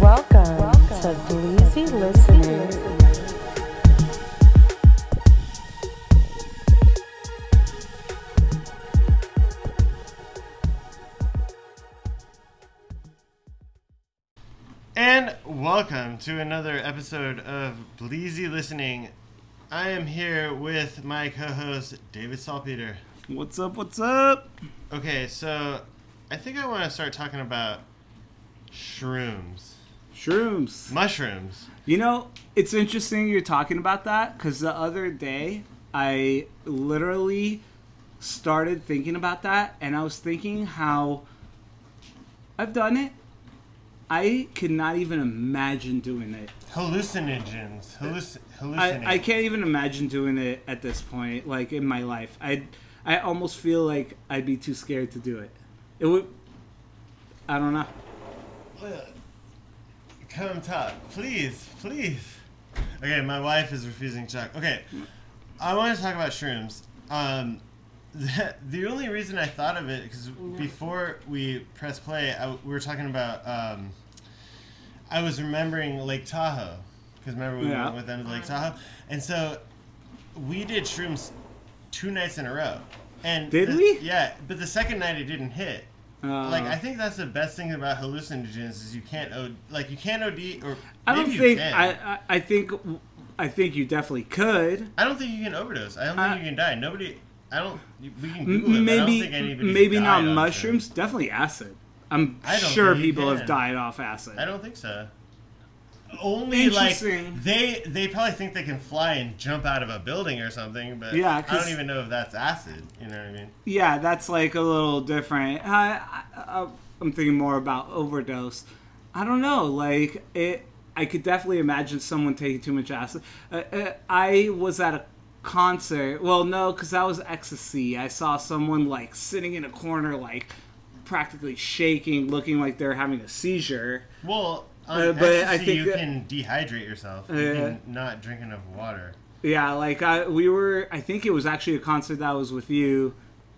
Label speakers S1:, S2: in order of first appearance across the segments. S1: Welcome, to Bleezy Listening.
S2: And welcome to another episode of Bleezy Listening. I am here with my co host, David Salpeter.
S3: What's up? What's up?
S2: Okay, so I think I want to start talking about shrooms.
S3: Shrooms.
S2: Mushrooms.
S3: You know, it's interesting you're talking about that because the other day I literally started thinking about that and I was thinking how I've done it. I could not even imagine doing it.
S2: Hallucinogens. Halluc- hallucinating.
S3: I, I can't even imagine doing it at this point, like in my life. I I almost feel like I'd be too scared to do it. It would. I don't know.
S2: Ugh. Come talk. Please, please. Okay, my wife is refusing to talk. Okay, I want to talk about shrooms. Um, the, the only reason I thought of it, because before we press play, I, we were talking about. Um, I was remembering Lake Tahoe, because remember we
S3: Yeah.
S2: went with them to Lake Tahoe, and so we did shrooms two nights in a row. And
S3: Did
S2: the-
S3: we?
S2: Yeah, but the second night it didn't hit.
S3: Uh,
S2: Like I think that's the best thing about hallucinogens is you can't od like you can't OD or
S3: I don't
S2: maybe you
S3: think
S2: can.
S3: I, I. I think I think you definitely could.
S2: I don't think you can overdose. I don't
S3: I-
S2: think you can die. Nobody. I don't. you- We can Google it. but I don't
S3: Maybe
S2: think anybody's
S3: maybe not
S2: died on
S3: mushrooms. Definitely acid. I'm
S2: I don't
S3: sure
S2: think you
S3: people have
S2: can.
S3: died off acid.
S2: shrooms. I don't think so. Only like
S3: Interesting.
S2: they they probably think they can fly and jump out of a building or something, but
S3: Yeah,
S2: I
S3: 'cause-
S2: don't even know if that's acid. You know what I mean?
S3: Yeah, that's like a little different. I, I, I, I'm thinking more about overdose. I don't know. Like it, I could definitely imagine someone taking too much acid. Uh, uh, I was at a concert. Well, no, because that was ecstasy. I saw someone like sitting in a corner, like practically shaking, looking like they're having a seizure.
S2: Well, on
S3: Uh, but I
S2: ecstasy,
S3: think
S2: you
S3: that-
S2: can dehydrate yourself.
S3: Uh,
S2: you can not drink enough water.
S3: Yeah, like I, we were. I think it was actually a concert that was with you,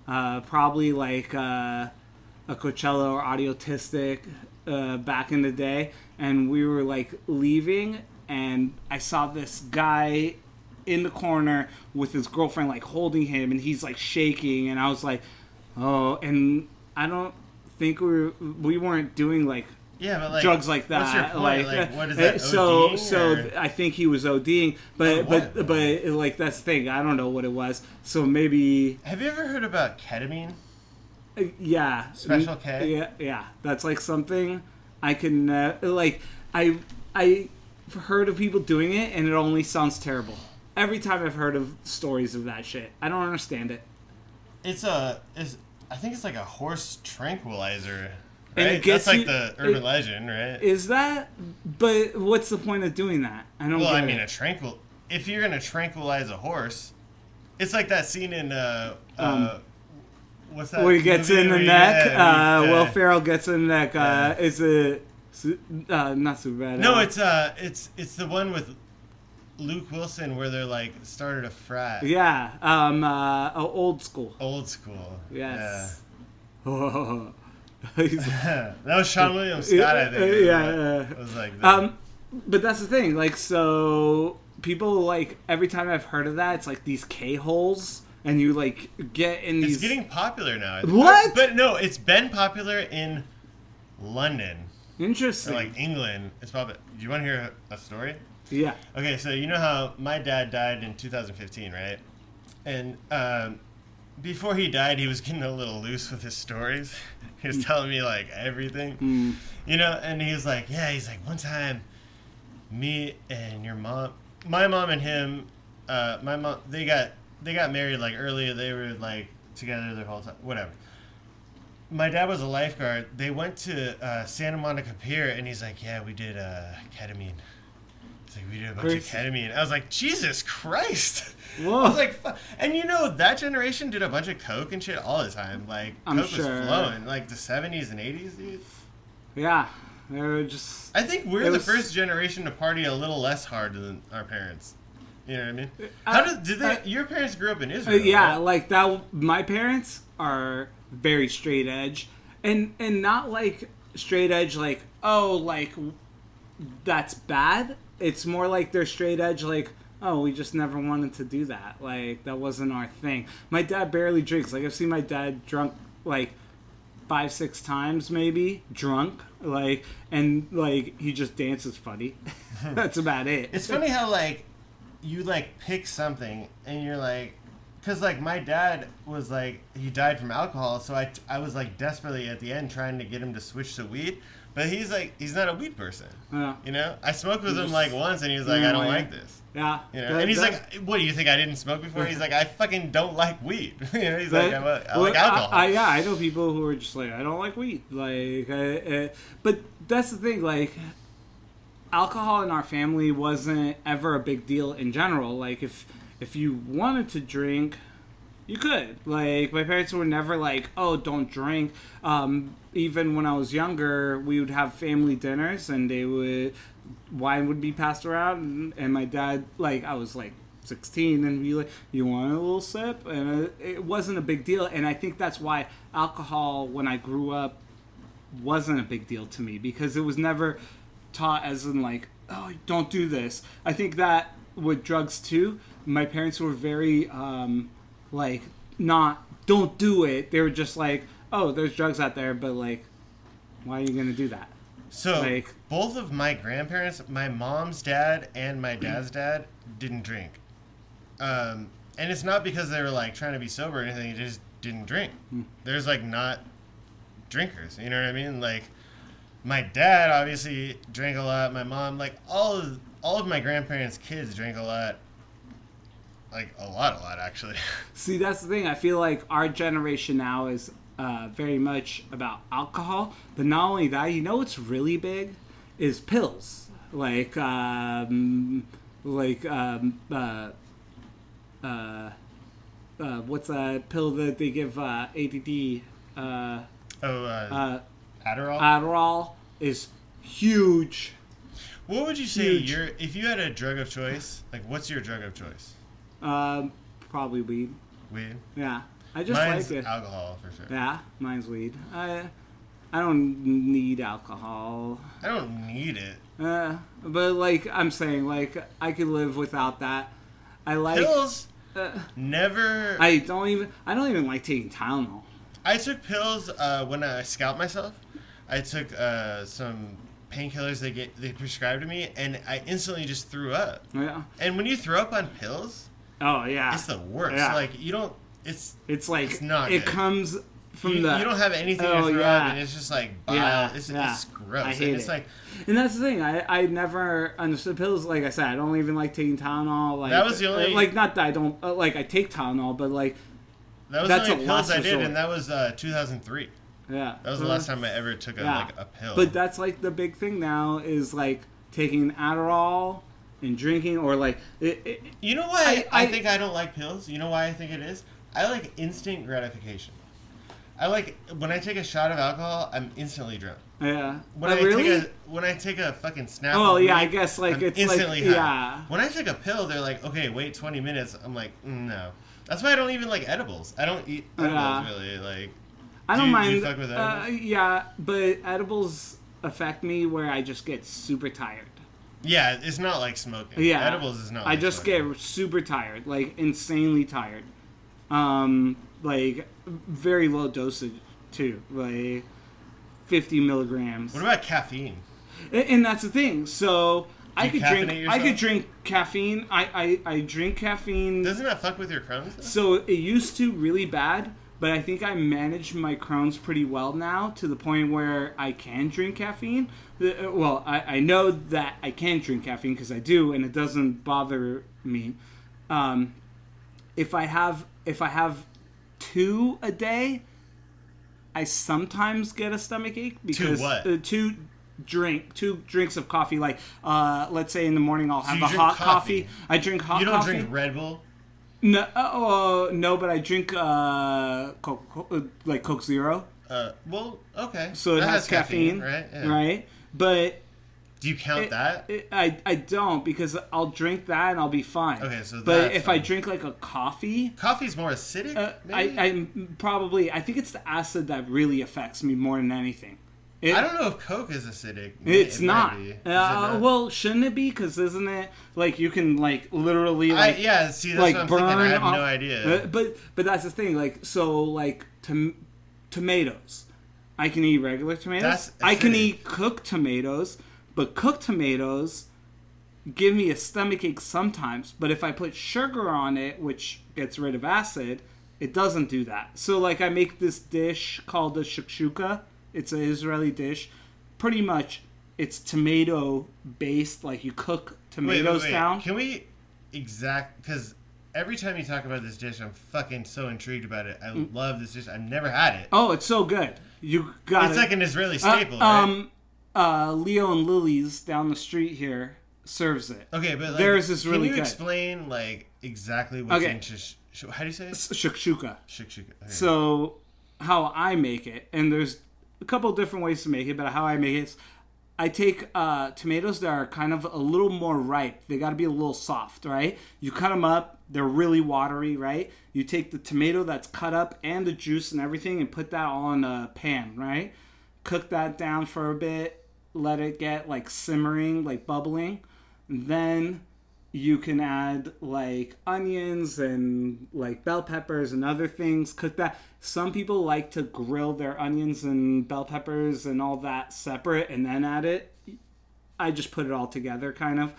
S3: uh, probably like uh, a Coachella or Audiotistic uh, back in the day, and we were like leaving, and I saw this guy in the corner with his girlfriend like holding him, and he's like shaking, and I was like, oh, and I don't think we were, we weren't doing like
S2: Yeah, but like
S3: drugs like that.
S2: What's your point? Like, what is
S3: uh,
S2: that?
S3: So,
S2: ODing,
S3: so
S2: or-
S3: th- I think he was ODing, but
S2: Oh,
S3: but
S2: what?
S3: but like that's the thing. I don't know what it was. So maybe
S2: Have you ever heard about ketamine?
S3: uh, yeah,
S2: Special
S3: Mm,
S2: K?
S3: Yeah, yeah, that's like something I can uh, like. I I heard of people doing it, and it only sounds terrible. Every time I've heard of stories of that shit, I don't understand it.
S2: It's a is I think it's like a horse tranquilizer. Right?
S3: And it gets
S2: That's like
S3: you-
S2: the urban
S3: it-
S2: legend, right?
S3: Is that? But what's the point of doing that? I don't.
S2: well,
S3: get
S2: I mean,
S3: it.
S2: a tranquil. If you're gonna tranquilize a horse, it's like that scene in uh, uh what's that?
S3: Um, where he gets
S2: movie
S3: in the
S2: where he-
S3: neck.
S2: yeah,
S3: uh,
S2: yeah.
S3: Will Ferrell gets in the neck. Uh,
S2: Yeah.
S3: Is it su- uh, not so bad?
S2: No, it's uh, it's it's the one with Luke Wilson where they're like started a frat.
S3: yeah, um, uh, oh, old school.
S2: Old school.
S3: Yes. He's-
S2: Yeah. that was Sean William Scott, I think.
S3: Yeah,
S2: it was,
S3: yeah,
S2: right?
S3: yeah.
S2: It was like. the-
S3: um, but that's the thing. Like, so people like every time I've heard of that, it's like these k holes, and you like get in these.
S2: It's getting popular now.
S3: What?
S2: But no, it's been popular in London or
S3: interesting.
S2: like England. It's popular. Do you want to hear a story?
S3: yeah.
S2: Okay, so you know how my dad died in 2015, right? And um, before he died, he was getting a little loose with his stories. He was telling me like everything, you know. And he was like, "Yeah," he's like, "One time, me and your mom, my mom and him, uh, my mom, they got they got married like earlier. They were like together their whole time, whatever." My dad was a lifeguard. They went to uh, Santa Monica Pier, and he's like, "Yeah, we did uh, ketamine." He's like, "We did a bunch
S3: Crazy.
S2: of ketamine." I was like, "Jesus Christ!"
S3: Whoa.
S2: I was like, fu- and you know that generation did a bunch of coke and shit all the time. Like
S3: I'm
S2: coke
S3: sure.
S2: was flowing, like the seventies and eighties, dude.
S3: Yeah. They were just.
S2: I think we're
S3: It
S2: the
S3: was-
S2: first generation to party a little less hard than our parents. You know what I mean? How did, did they?
S3: I-
S2: your parents grew up in
S3: Uh,
S2: Israel.
S3: yeah,
S2: right?
S3: like that. My parents are very straight edge, and and not like straight edge. Like oh, like that's bad. It's more like they're straight edge, like, oh, we just never wanted to do that. Like, that wasn't our thing. My dad barely drinks. Like, I've seen my dad drunk, like, five, six times maybe, drunk. Like, and, like, he just dances funny. that's about it.
S2: It's funny how like you like pick something and you're like, because like my dad was like he died from alcohol, so I I was like desperately at the end trying to get him to switch to weed, but he's like he's not a weed person.
S3: Yeah.
S2: You know, I smoked with
S3: He
S2: him
S3: just-
S2: like once, and he was like,
S3: Yeah,
S2: I don't
S3: yeah.
S2: like this.
S3: Yeah.
S2: You know?
S3: That-
S2: and he's
S3: that-
S2: like, "What do you think? I didn't smoke before." He's like, "I fucking don't like weed." you know, he's like,
S3: But-
S2: "I, like- I
S3: well,
S2: like alcohol."
S3: I, I- yeah, I know people who are just like, I don't like weed. Like, I, uh but that's the thing. Like, alcohol in our family wasn't ever a big deal in general. Like, if if you wanted to drink, you could. Like, my parents were never like, oh, don't drink. Um, even when I was younger, we would have family dinners, and they would wine would be passed around, and, and my dad, like, I was like. 16 and be like you want a little sip and it, it wasn't a big deal and i think that's why alcohol when i grew up wasn't a big deal to me because it was never taught as in like oh don't do this i think that with drugs too my parents were very um like not don't do it they were just like oh there's drugs out there but like why are you gonna do that
S2: so
S3: like-
S2: both of my grandparents, my mom's dad and my dad's dad, didn't drink, um, and it's not because they were like trying to be sober or anything. They just didn't drink.
S3: Hmm.
S2: There's like not drinkers. You know what I mean? Like my dad obviously drank a lot. My mom, like all of all of my grandparents' kids, drank a lot. Like a lot, a lot actually.
S3: See, that's the thing. I feel like our generation now is uh, very much about alcohol, but not only that, you know what's really big is pills, like um, like um, uh, uh, uh, what's that pill that they give uh, ADD? Uh,
S2: Oh, uh,
S3: uh,
S2: Adderall.
S3: Adderall is huge.
S2: what would you say
S3: huge.
S2: your if you had a drug of choice? Like, what's your drug of choice?
S3: Um, probably weed.
S2: Weed.
S3: Yeah, I just
S2: Mine's
S3: like it.
S2: alcohol for sure.
S3: Yeah, mine's weed. I I don't need alcohol.
S2: I don't need it.
S3: Uh, but like I'm saying, like I could live without that. I like.
S2: Pills.
S3: uh,
S2: Never. I,
S3: I don't even. I don't even like taking Tylenol.
S2: took pills uh, when I scalped myself. I took uh, some painkillers they get they prescribed to me, and I instantly just threw up.
S3: Yeah.
S2: And when you throw up on pills,
S3: Oh yeah.
S2: it's the worst.
S3: Yeah.
S2: Like you don't. It's
S3: It's like
S2: it's not
S3: It
S2: good.
S3: comes from
S2: you,
S3: the.
S2: you don't have anything
S3: Oh,
S2: to throw
S3: yeah.
S2: up, and it's just like bile.
S3: Yeah,
S2: it's,
S3: yeah.
S2: it's gross.
S3: I
S2: And
S3: hate
S2: it's
S3: it.
S2: like
S3: And that's the thing. I, I never understood pills. Like I said, I don't even like taking Tylenol. Like
S2: That was the only-
S3: Like not that I don't uh, like. I take Tylenol, but like
S2: that was
S3: That's
S2: the
S3: a
S2: only pills
S3: last
S2: I did,
S3: resort.
S2: and that was uh, 2003.
S3: yeah. Uh,
S2: That was the last time I ever took a,
S3: Yeah.
S2: like a pill.
S3: But that's like the big thing now is like taking Adderall and drinking or like it, it,
S2: You know why I,
S3: I- I-
S2: think I don't like pills? You know why I think it is? I like instant gratification. I like when I take a shot of alcohol, I'm instantly drunk.
S3: yeah.
S2: When
S3: Uh,
S2: I
S3: really?
S2: take a when I take a fucking snap.
S3: Oh, yeah, I guess, like,
S2: I'm
S3: it's like-
S2: instantly high.
S3: yeah.
S2: When I take a pill, they're like, okay, wait 20 minutes. I'm like, mm, no. That's why I don't even like edibles. I don't eat edibles
S3: Yeah.
S2: really. Like,
S3: I don't
S2: do you-
S3: mind.
S2: do you fuck with
S3: uh,
S2: edibles?
S3: yeah, but edibles affect me where I just get super tired.
S2: yeah, it's not like smoking.
S3: Yeah,
S2: edibles is not.
S3: I
S2: like
S3: just
S2: smoking.
S3: get super tired, like insanely tired. Um, like very low dosage too, like fifty milligrams.
S2: What about caffeine?
S3: And, and that's the thing. So I
S2: you
S3: could
S2: caffeinate
S3: drink. I
S2: yourself?
S3: could drink caffeine. I I, I drink caffeine.
S2: Doesn't that fuck with your Crohn's? though?
S3: so it used to really bad, but I think I manage my Crohn's pretty well now to the point where I can drink caffeine. The- uh, Well, I, I know that I can drink caffeine because I do, and it doesn't bother me. Um, if I have if I have two a day, I sometimes get a stomach ache because
S2: what?
S3: Uh, two drink two drinks of coffee. Like uh, let's say in the morning I'll have
S2: you
S3: a
S2: drink
S3: hot
S2: coffee.
S3: coffee. I drink hot
S2: You don't
S3: coffee.
S2: drink Red Bull.
S3: No, oh, no, but I drink uh, Coke, Coke- uh, like Coke Zero,
S2: Uh, well, okay.
S3: so it
S2: That
S3: has, caffeine,
S2: right? Yeah.
S3: Right, but
S2: Do you count that?
S3: it, I I don't because I'll drink that and I'll be fine.
S2: Okay, so
S3: but
S2: that's
S3: if I
S2: fine.
S3: drink like a coffee,
S2: Coffee's more acidic.
S3: uh, I
S2: maybe?
S3: I probably I think it's the acid that really affects me more than anything. It-
S2: I don't know if Coke is acidic. May-
S3: It's
S2: it might
S3: not.
S2: be. Is it
S3: Uh,
S2: not?
S3: well, shouldn't it be? Because isn't it like you can like literally
S2: I,
S3: like
S2: yeah. See, that's
S3: like
S2: what I'm
S3: burn
S2: thinking. I have
S3: off-
S2: no idea.
S3: Uh, but but that's the thing. Like so, like tom- tomatoes. I can eat regular tomatoes.
S2: That's
S3: I can
S2: acidic.
S3: eat cooked tomatoes, but cooked tomatoes give me a stomach ache sometimes. But if I put sugar on it, which gets rid of acid, it doesn't do that. So like I make this dish called the shakshuka. It's an Israeli dish. Pretty much, it's tomato based. Like you cook
S2: Wait,
S3: tomatoes
S2: wait, wait.
S3: down.
S2: Can we exact? Because every time you talk about this dish, I'm fucking so intrigued about it. I love this dish. I've never had it.
S3: Mm. Oh, it's so good. You got
S2: it's
S3: it.
S2: like an Israeli
S3: Uh,
S2: staple.
S3: um, uh, Leo and Lily's down the street here serves it.
S2: right? Okay, but like,
S3: theirs is really
S2: Can you
S3: good.
S2: explain like exactly what's
S3: Okay.
S2: in shish? sh- How do you say it?
S3: Shakshuka.
S2: Shik shik. okay.
S3: So how I make it, and there's a couple different ways to make it, but how I make it is I take uh, tomatoes that are kind of a little more ripe. They got to be a little soft, right? You cut them up; they're really watery, right? You take the tomato that's cut up and the juice and everything, and put that all in a pan, right? Cook that down for a bit, let it get like simmering, like bubbling. Then you can add like onions and like bell peppers and other things cook that some people like to grill their onions and bell peppers and all that separate and then add it i just put it all together kind of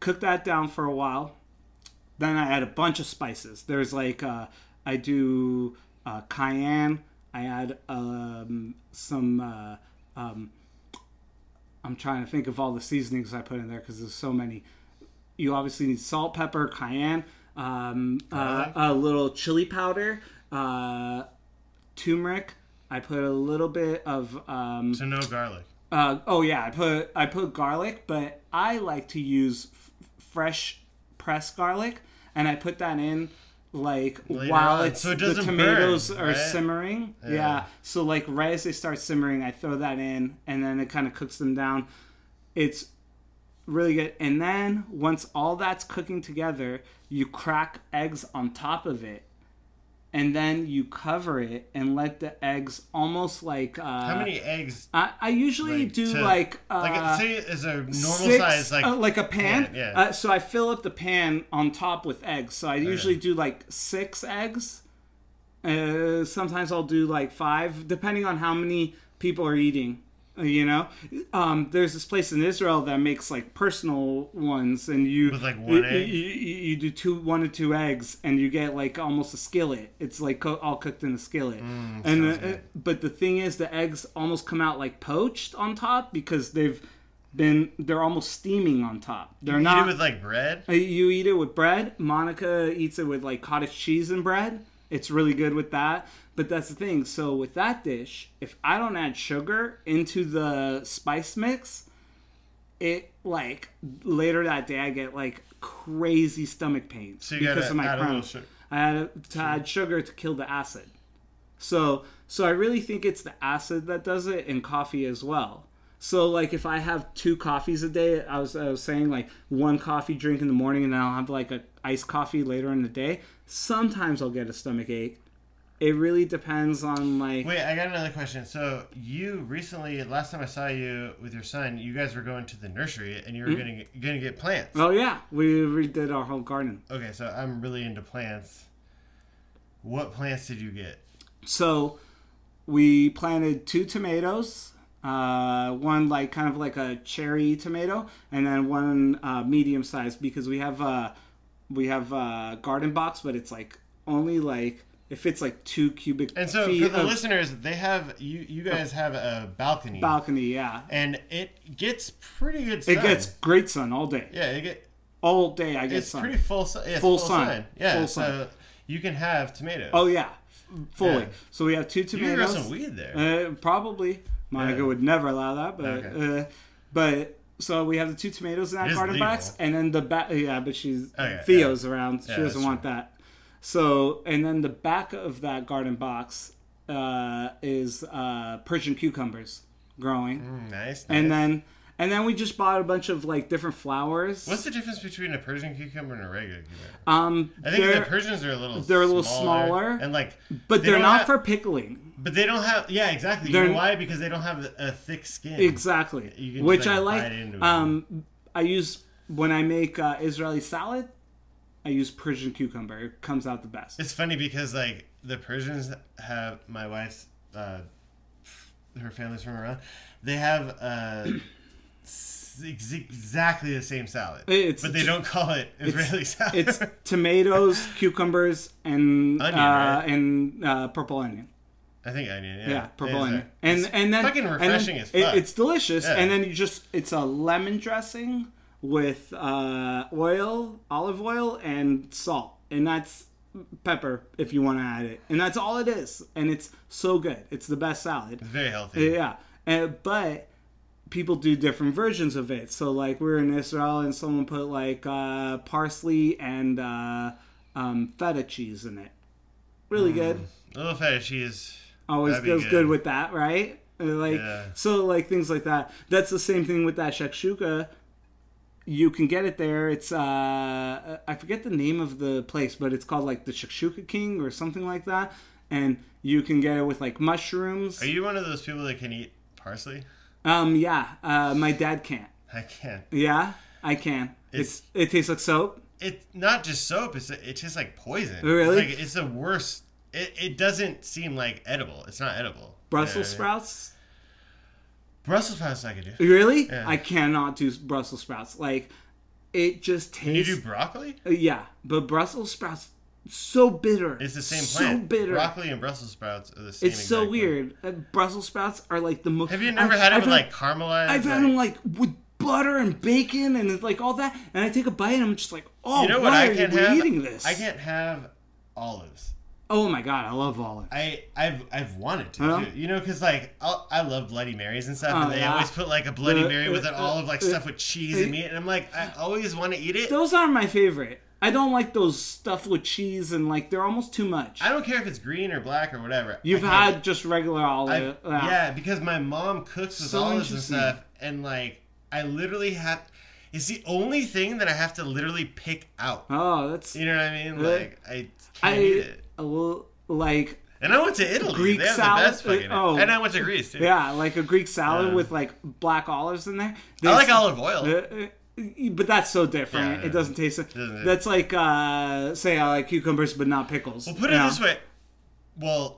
S3: cook that down for a while then i add a bunch of spices there's like uh, i do uh, cayenne i add um, some uh, um, i'm trying to think of all the seasonings i put in there because there's so many you obviously need salt, pepper, cayenne, um, uh,
S2: Garlic.
S3: a little chili powder, uh, turmeric. I put a little bit of um,
S2: so no garlic.
S3: uh, oh yeah, I put I put garlic, but I like to use f- fresh pressed garlic, and I put that in like
S2: Later
S3: while
S2: on,
S3: it's
S2: so it
S3: the
S2: doesn't
S3: tomatoes
S2: burn,
S3: are
S2: right?
S3: simmering. Yeah. so like right as they start simmering, I throw that in, and then it kind of cooks them down. It's really good. And then once all that's cooking together, you crack eggs on top of it. And then you cover it and let the eggs almost like uh,
S2: How many eggs
S3: I, I usually
S2: like,
S3: do
S2: to-
S3: like uh,
S2: like say is a normal
S3: six-
S2: size like
S3: uh, like a pan.
S2: pan, yeah.
S3: Uh, so I fill up the pan on top with eggs. So I usually do like six eggs. Uh, sometimes I'll do like five, depending on how many people are eating. uh, You know, um, there's this place in Israel that makes like personal ones, and you
S2: With, like, one
S3: y-
S2: egg?
S3: y- y- you, do two one or two eggs and you get like almost a skillet it's like co- all cooked in a skillet
S2: Mm,
S3: and the, but the thing is the eggs almost come out like poached on top because they've been they're almost steaming on top they're
S2: eat
S3: not
S2: it with like bread.
S3: Uh, you eat it with bread monica eats it with like cottage cheese and bread it's really good with that but that's the thing so with that dish if i don't add sugar into the spice mix it like later that day I get like crazy stomach pains
S2: So you gotta add a little sugar.
S3: I had to add sugar to kill the acid. So so I really think it's the acid that does it and coffee as well. So like if I have two coffees a day, I was I was saying like one coffee drink in the morning and then I'll have like a iced coffee later in the day. Sometimes I'll get a stomach ache. It really depends on like
S2: Wait, I got another question. So you recently, last time I saw you with your son, you guys were going to the nursery and you
S3: Hmm?
S2: were gonna gonna get plants.
S3: oh yeah, we redid our whole garden.
S2: Okay, so I'm really into plants. What plants did you get?
S3: So we planted two tomatoes, uh, one like kind of like a cherry tomato, and then one uh, medium sized because we have uh, we have a garden box, but it's like only like if it's like two cubic
S2: And so
S3: feet
S2: for the
S3: of
S2: listeners, they have you. You
S3: uh,
S2: guys have a balcony,
S3: balcony. Yeah,
S2: and it gets pretty good. Sun.
S3: it gets great sun all day.
S2: yeah, it get
S3: All day I get
S2: it's
S3: sun.
S2: pretty full sun. Yeah, it's
S3: Full
S2: full,
S3: sun.
S2: sun. Yeah,
S3: Full
S2: so
S3: sun.
S2: you can have tomatoes.
S3: oh yeah, fully.
S2: Yeah.
S3: So we have two
S2: you can grow
S3: tomatoes.
S2: some weed there.
S3: Uh, probably Monica
S2: Yeah.
S3: would never allow that, but
S2: Okay.
S3: uh, but so we have the two tomatoes in that
S2: It is
S3: garden
S2: legal.
S3: box, and then the back. Yeah, but she's
S2: Oh, yeah,
S3: Theo's around. She
S2: Yeah,
S3: doesn't
S2: that's
S3: want that. So and then the back of that garden box uh, is uh, Persian cucumbers growing,
S2: Mm, nice, nice.
S3: and then And then we just bought a bunch of like different flowers.
S2: What's the difference between a Persian cucumber and a regular cucumber?
S3: um,
S2: I think the
S3: they're-
S2: Persians are a little
S3: they're a little smaller,
S2: and like
S3: but
S2: they
S3: they're
S2: don't
S3: not
S2: have-
S3: for pickling.
S2: but they don't have yeah exactly you
S3: They're-
S2: know why because they don't have a thick skin
S3: Exactly.
S2: You can
S3: Which
S2: just,
S3: I
S2: like,
S3: like.
S2: bite into it.
S3: Um, I use when I make uh, Israeli salad. I use Persian cucumber. It comes out the best.
S2: It's funny because like the Persians have my wife's uh, her family's from Iran. They have uh, s- ex- exactly the same salad,
S3: It's-
S2: but they don't call it Israeli salad.
S3: It's tomatoes, cucumbers, and
S2: Onion,
S3: uh,
S2: right?
S3: and uh, purple onion.
S2: I think onion. Yeah,
S3: Yeah, purple
S2: It is,
S3: onion.
S2: uh,
S3: And
S2: it's
S3: and then
S2: fucking
S3: and then
S2: refreshing as fuck.
S3: It, it's delicious.
S2: Yeah.
S3: And then you just it's a lemon dressing with uh, oil, olive oil, and salt, and that's pepper if you want to add it, and that's all it is. And it's so good. It's the best salad.
S2: very healthy.
S3: Yeah, uh, but people do different versions of it. So like we were in Israel and someone put like uh, parsley and uh, um, feta cheese in it. Really good.
S2: A little feta cheese. Mm.
S3: Always
S2: That'd be
S3: goes good.
S2: good.
S3: with that, right? Uh, Like
S2: Yeah.
S3: so, like things like that. That's the same thing with that shakshuka. You can get it there. It's uh, I forget the name of the place, but it's called like the Shakshuka King or something like that. And you can get it with like mushrooms.
S2: Are you one of those people that can eat parsley?
S3: Um, yeah. Uh, my dad can't.
S2: I can't.
S3: Yeah, I can. It's,
S2: It's-
S3: it tastes like soap.
S2: It's not just soap. It's it tastes like poison.
S3: Oh, Really?
S2: It's like it's the worst. It, it doesn't seem like edible. It's not edible.
S3: Brussels
S2: sprouts.
S3: sprouts.
S2: Brussels sprouts I could do.
S3: Really?
S2: Yeah.
S3: I cannot do Brussels sprouts. Like, it just
S2: Can you
S3: tastes.
S2: do broccoli?
S3: Uh, yeah, but Brussels sprouts so bitter.
S2: It's the same
S3: so
S2: plant.
S3: bitter.
S2: Broccoli and Brussels sprouts are the same.
S3: it's so
S2: exact plant.
S3: weird. Uh, Brussels sprouts are like the most.
S2: Have you never had it
S3: I've
S2: with like caramelized?
S3: I've had them like with butter and bacon and it's like all that, and I take a bite and I'm just like, oh,
S2: you know what
S3: why
S2: I
S3: are
S2: can't
S3: you
S2: have?
S3: eating this?
S2: I can't have olives.
S3: Oh my god, I love olives.
S2: I I've I've wanted to,
S3: Huh?
S2: too. you know, because like I'll, I love Bloody Marys and stuff,
S3: Oh,
S2: and they
S3: yeah.
S2: always put like a Bloody
S3: Uh,
S2: Mary with
S3: uh,
S2: an
S3: uh,
S2: olive, like
S3: uh,
S2: stuff with cheese
S3: uh,
S2: and meat, and I'm like, I always want to eat it.
S3: Those aren't my favorite. I don't like those stuff with cheese and like they're almost too much.
S2: I don't care if it's green or black or whatever.
S3: You've
S2: I can't-
S3: had just regular olive.
S2: I've- yeah, because my mom cooks with
S3: So
S2: olives and
S3: interesting.
S2: stuff, and like I literally have. It's the only thing that I have to literally pick out.
S3: Oh, that's
S2: You know what I mean? Like I can't eat
S3: I
S2: it.
S3: a little, like
S2: And I went to Italy.
S3: Greek
S2: they have
S3: salad?
S2: the best fucking.
S3: Oh.
S2: And I went to Greece too.
S3: yeah, like a Greek salad
S2: Yeah.
S3: with like black olives in there.
S2: I
S3: There's-
S2: like olive oil.
S3: Uh, uh, but that's so different.
S2: Yeah, yeah.
S3: It doesn't taste.
S2: Doesn't-
S3: that's like uh, say I like cucumbers but not pickles.
S2: well, put it
S3: Yeah.
S2: this way. Well,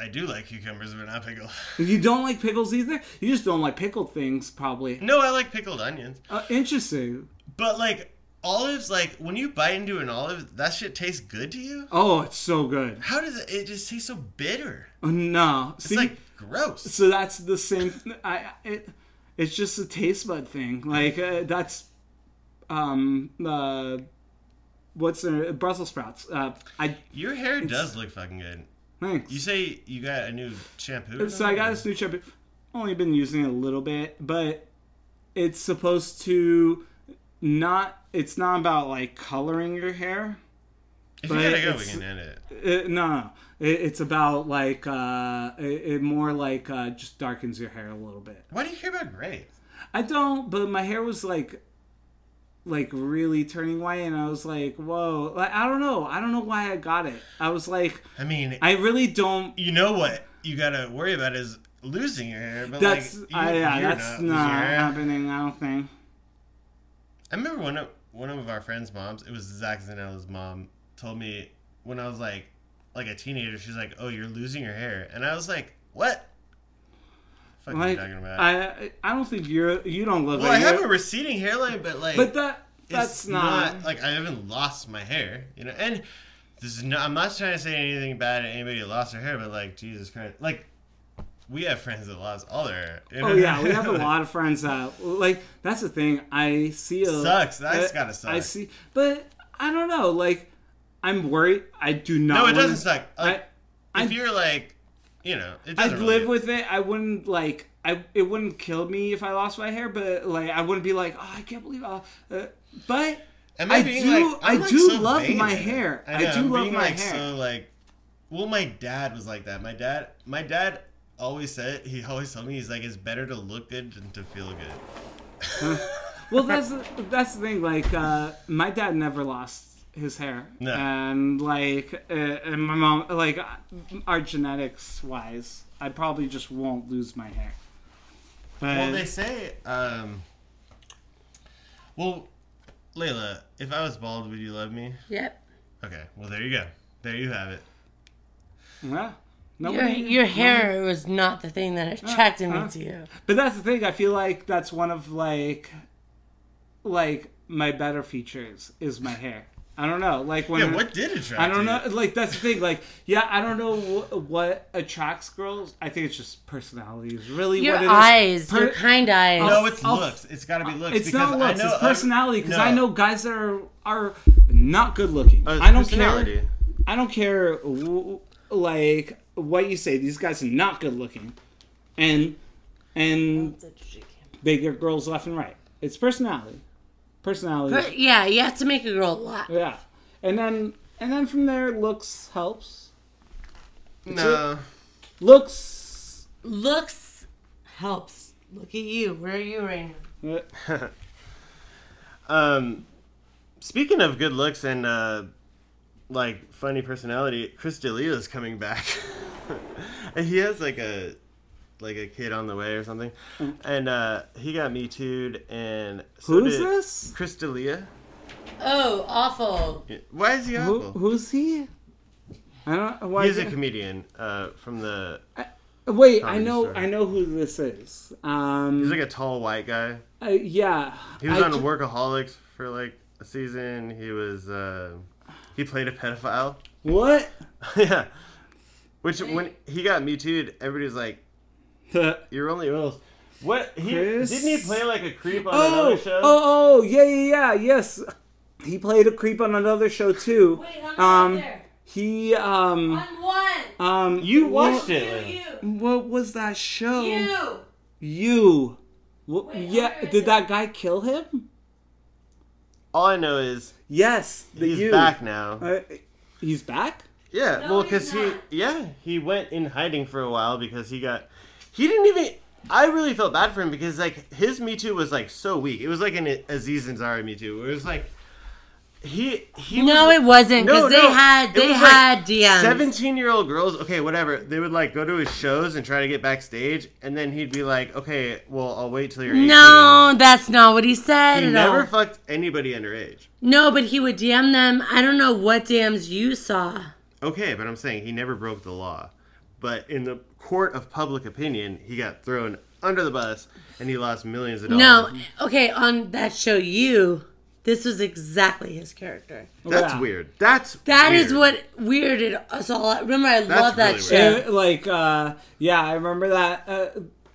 S2: I do like cucumbers, but not pickled.
S3: You don't like pickles either. You just don't like pickled things, probably.
S2: no, I like pickled onions.
S3: Uh, interesting.
S2: But like olives, like when you bite into an olive, that shit tastes good to you.
S3: Oh, it's so good.
S2: How does it? It just tastes so bitter.
S3: Oh, no, see,
S2: It's like gross.
S3: so that's the same i it, it's just a taste bud thing like uh, that's um uh what's the brussels sprouts uh i
S2: Your hair does look fucking good.
S3: thanks
S2: You say you got a new shampoo. or
S3: so i
S2: something?
S3: got this new shampoo only been using it a little bit but it's supposed to not it's not about like coloring your hair
S2: If
S3: but
S2: you gotta go, we
S3: it's-
S2: can end it.
S3: it, no no it, it's about like uh it, it more like uh just darkens your hair a little bit
S2: Why do you care about gray?
S3: I don't, but my hair was like, like really turning white, and I was like, whoa, like I don't know, I don't know why I got it. I was like,
S2: I mean,
S3: I really don't.
S2: you know what you gotta worry about is losing your hair. But
S3: That's
S2: like, you,
S3: I, yeah,
S2: you're
S3: that's
S2: losing your
S3: not
S2: hair.
S3: happening. I don't think.
S2: I remember one of one of our friends' moms. It was Zach Zanella's mom. Told me when I was like, like a teenager, she's like, "Oh, you're losing your hair," and I was like, "What?" Fuck are you
S3: Like
S2: talking about?
S3: I, I don't think you're. You don't look
S2: well, I
S3: like.
S2: have
S3: you're-
S2: a receding hairline, but like,
S3: but that that's
S2: it's
S3: not.
S2: like I haven't lost my hair, you know. And this is not, I'm not trying to say anything bad to anybody that lost their hair, but like Jesus Christ, like we have friends that lost all their hair. you
S3: Oh
S2: know?
S3: yeah, we have a
S2: Like,
S3: lot of friends that like. That's the thing. I see a
S2: Sucks. That's
S3: I-
S2: gotta suck.
S3: I see, but I don't know. Like, I'm worried. I do not.
S2: No, it
S3: wanna-
S2: doesn't suck. Like,
S3: I,
S2: if
S3: I-
S2: you're like, you know, it
S3: I'd
S2: doesn't really-
S3: live with it. I wouldn't like. I it wouldn't kill me if I lost my hair, but like I wouldn't be like, oh, I can't believe. I, uh, but
S2: Am
S3: I
S2: being,
S3: do.
S2: like-
S3: I
S2: I'm, like,
S3: do
S2: so
S3: love
S2: vain.
S3: my hair. I,
S2: know,
S3: do
S2: I'm
S3: love
S2: being,
S3: my
S2: like,
S3: hair.
S2: So like, well, my dad was like that. My dad, my dad always said he always told me he's like it's better to look good than to feel good.
S3: Well, that's the- that's the thing. Like, uh, my dad never lost his hair,
S2: No.
S3: and like, uh, and my mom, like, uh, our genetics wise, I probably just won't lose my hair. But
S2: Well, they say, um, well, Layla, if I was bald, would you love me?
S4: Yep.
S2: Okay, well there you go. There you have it.
S3: yeah,
S4: Your,
S3: nobody.
S4: your hair was not the thing that attracted me
S3: uh.
S4: to you.
S3: But that's the thing. I feel like that's one of like, like my better features is my hair. I don't know. Like when
S2: Yeah, what did attract?
S3: I don't
S2: you?
S3: know. Like that's the thing. Like, yeah, I don't know wh- what attracts girls. I think it's just personality is really
S4: Your
S3: what it is.
S4: eyes,
S3: Per-
S4: your kind eyes.
S2: No, it's
S3: I'll-
S2: looks. It's got to be looks.
S3: It's
S2: because
S3: not looks.
S2: I know uh,
S3: it's personality. Because I
S2: no.
S3: know guys that are are not good looking.
S2: Uh,
S3: I don't care.
S2: personality.
S3: I don't care. W- like what you say, these guys are not good looking, and and they get girls left and right. It's personality. Personality.
S4: But yeah, you have to make a girl laugh.
S3: Yeah, and then and then from there, looks helps.
S2: No.
S3: Looks.
S4: Looks helps. Look at you. Where are you right now?
S3: uh,
S2: Um, speaking of good looks and uh, like funny personality, Chris D'Elia is coming back. he has like a like a kid on the way or something, and uh, he got me too'd. And so
S3: Mm. Who's
S2: did
S3: this?
S2: Chris D'Elia.
S4: Oh, awful.
S2: Why is he
S3: Who,
S2: awful?
S3: who's he? I don't. Why
S2: He's
S3: is
S2: a
S3: it-
S2: comedian uh, from the.
S3: Wait, I
S2: Comedy
S3: know,
S2: Store.
S3: I know who this is.
S2: He's
S3: Um,
S2: like a tall white guy.
S3: uh, yeah,
S2: He was
S3: I
S2: on
S3: ju-
S2: Workaholics for like a season. He was. Uh, he played a pedophile.
S3: What?
S2: yeah. Which when he got me too'd, everybody's like, You're only else. What he
S3: Chris?
S2: didn't he play like a creep on
S3: oh,
S2: another show?
S3: oh, oh, yeah, yeah, yeah, yes. He played a creep on another show too. um, he, um,
S4: one.
S3: um,
S2: You
S3: what-
S2: watched it. Lynn.
S3: What was that show?
S4: You.
S3: You. Wha-
S4: Wait,
S3: yeah,
S4: where is
S3: did
S4: it?
S3: that guy kill him?
S2: All I know is
S3: Yes, the
S2: he's
S3: you.
S2: back now.
S3: Uh, he's back.
S2: yeah,
S4: No,
S2: well,
S4: he's
S2: because he
S4: not.
S2: yeah he went in hiding for a while because he got he didn't even. I really felt bad for him because like his Me Too was like so weak. It was like an Aziz Ansari Me Too. Where it was like he he
S4: No,
S2: was,
S4: it wasn't because they had
S2: It
S4: they
S2: was, like,
S4: had um, DMs.
S2: Seventeen-year-old girls, okay, whatever. They would like go to his shows and try to get backstage, and then he'd be like, "Okay, well, I'll wait till you're 18.
S4: No, that's not what he said
S2: He
S4: at
S2: never
S4: all.
S2: fucked anybody underage.
S4: no, but he would DM them. I don't know what DMs you saw.
S2: Okay, but I'm saying he never broke the law. But in the court of public opinion, he got thrown under the bus and he lost millions of dollars.
S4: No, okay, on that show, you. This was exactly his character.
S2: That's
S3: Yeah.
S2: weird. That's
S4: That is
S2: weird.
S4: what weirded us all out. Remember, I love that
S2: really
S4: show.
S3: Uh, like, uh, yeah, I remember that. Uh,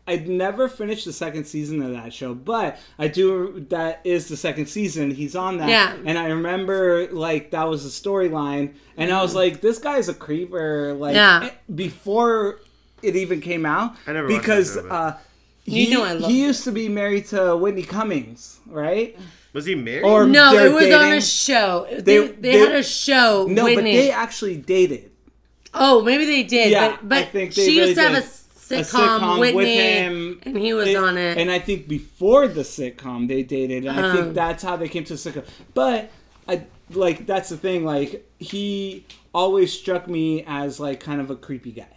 S3: I never finished the second season of that show, but I do. That is the second season. He's on that,
S4: Yeah.
S3: And I remember like that was the storyline, and I was like, this guy's a creeper. Like
S4: Mm. Yeah.
S3: eh, before it even came out,
S2: I never watched
S3: because
S2: that show, but-
S3: uh,
S4: You
S3: he,
S4: know I loved
S3: he
S4: it.
S3: used to be married to Whitney Cummings, right?
S2: Was he married?
S3: Or
S4: No,
S3: they're
S4: it was on
S3: dating.
S4: a show. They, they,
S3: they-
S4: had a show.
S3: No, but
S4: Whitney.
S3: they actually dated.
S4: oh, maybe they did.
S3: Yeah,
S4: but but
S3: I think they
S4: she
S3: really
S4: used to have a
S3: did.
S4: sitcom,
S3: sitcom with
S4: Whitney,
S3: him.
S4: and he was
S3: It-
S4: on it. Um.
S3: And I think before the sitcom they dated, and I think that's how they came to the sitcom. But I like that's the thing. Like he always struck me as like kind of a creepy guy.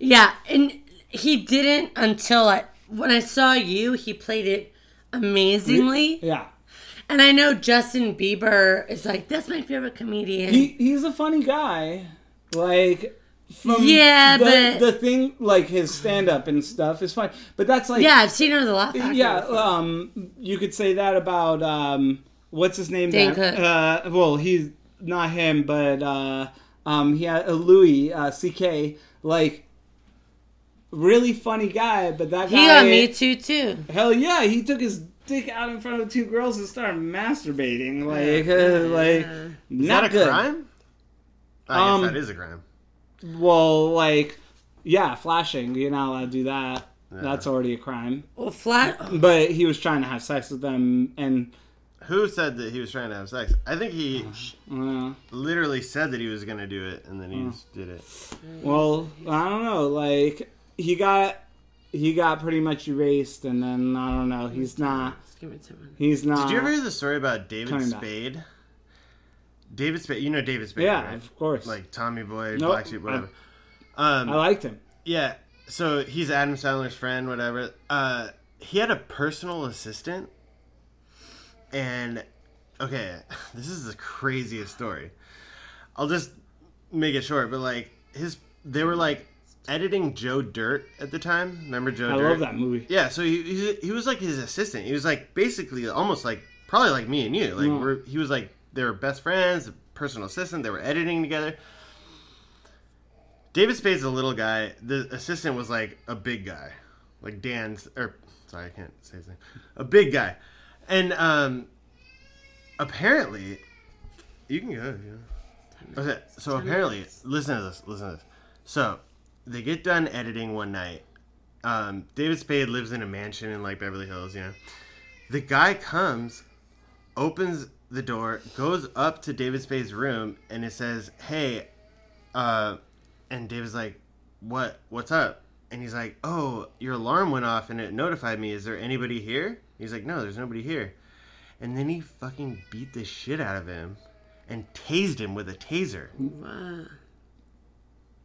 S4: yeah, and he didn't until I when I saw you. He played it amazingly.
S3: Yeah,
S4: And I know Justin Bieber is like that's my favorite comedian.
S3: he he's a funny guy. Like from
S4: Yeah,
S3: the,
S4: but-
S3: the thing like his stand up and stuff is fine. But that's like
S4: yeah, I've seen him in the Laugh Factory.
S3: yeah. Um, you could say that about um, what's his name?
S4: Dan
S3: that-
S4: Cook.
S3: Uh, well, he's not him, but uh, um, he had uh, Louis uh, C.K. Like really funny guy, but that guy.
S4: he got me too too.
S3: Hell yeah, he took his dick out in front of two girls and started masturbating. Like, uh, like not
S2: is that a
S3: good.
S2: crime? I
S3: Um,
S2: guess that is a crime.
S3: Well, like yeah, flashing. You're not allowed to do that. That's already a crime.
S4: Well, flat.
S3: But he was trying to have sex with them and.
S2: Who said that he was trying to have sex? I think he
S3: Uh, Mm. Uh-huh.
S2: literally said that he was going to do it and then he just did it.
S3: Well, I don't know. Like, he got he got pretty much erased, and then I don't know. He's not.
S4: Just give me someone.
S3: He's not.
S2: Did you ever hear the story about David
S3: Coming back.
S2: Spade? David Spade, you know David Spade,
S3: Yeah,
S2: right?
S3: of course.
S2: like um, Tommy Boy,
S3: Nope,
S2: Black Sheep, whatever.
S3: I liked him.
S2: Yeah, so he's Adam Sandler's friend, whatever. Uh, he had a personal assistant, and okay, this is the craziest story. I'll just make it short, but like his, they were like editing Joe Dirt at the time. Remember Joe?
S3: I
S2: Dirt?
S3: love that movie.
S2: Yeah, so he, he he was like his assistant. He was like basically almost like probably like me and you. Like we're, he was like they were best friends, personal assistant. They were editing together. David Spade's a little guy. The assistant was like a big guy, like Dan's or sorry, I can't say his name. A big guy, and um, apparently, you can go. Yeah. Okay, so apparently, listen to this. Listen to this. So they get done editing one night. Um, David Spade lives in a mansion in like Beverly Hills, you know. The guy comes, opens the door, goes up to David Spade's room, and it says, "Hey," uh, and David's like, "What? What's up?" And he's like, "Oh, your alarm went off and it notified me. Is there anybody here?" He's like, "No, there's nobody here." And then he fucking beat the shit out of him and tased him with a taser.
S4: Wow.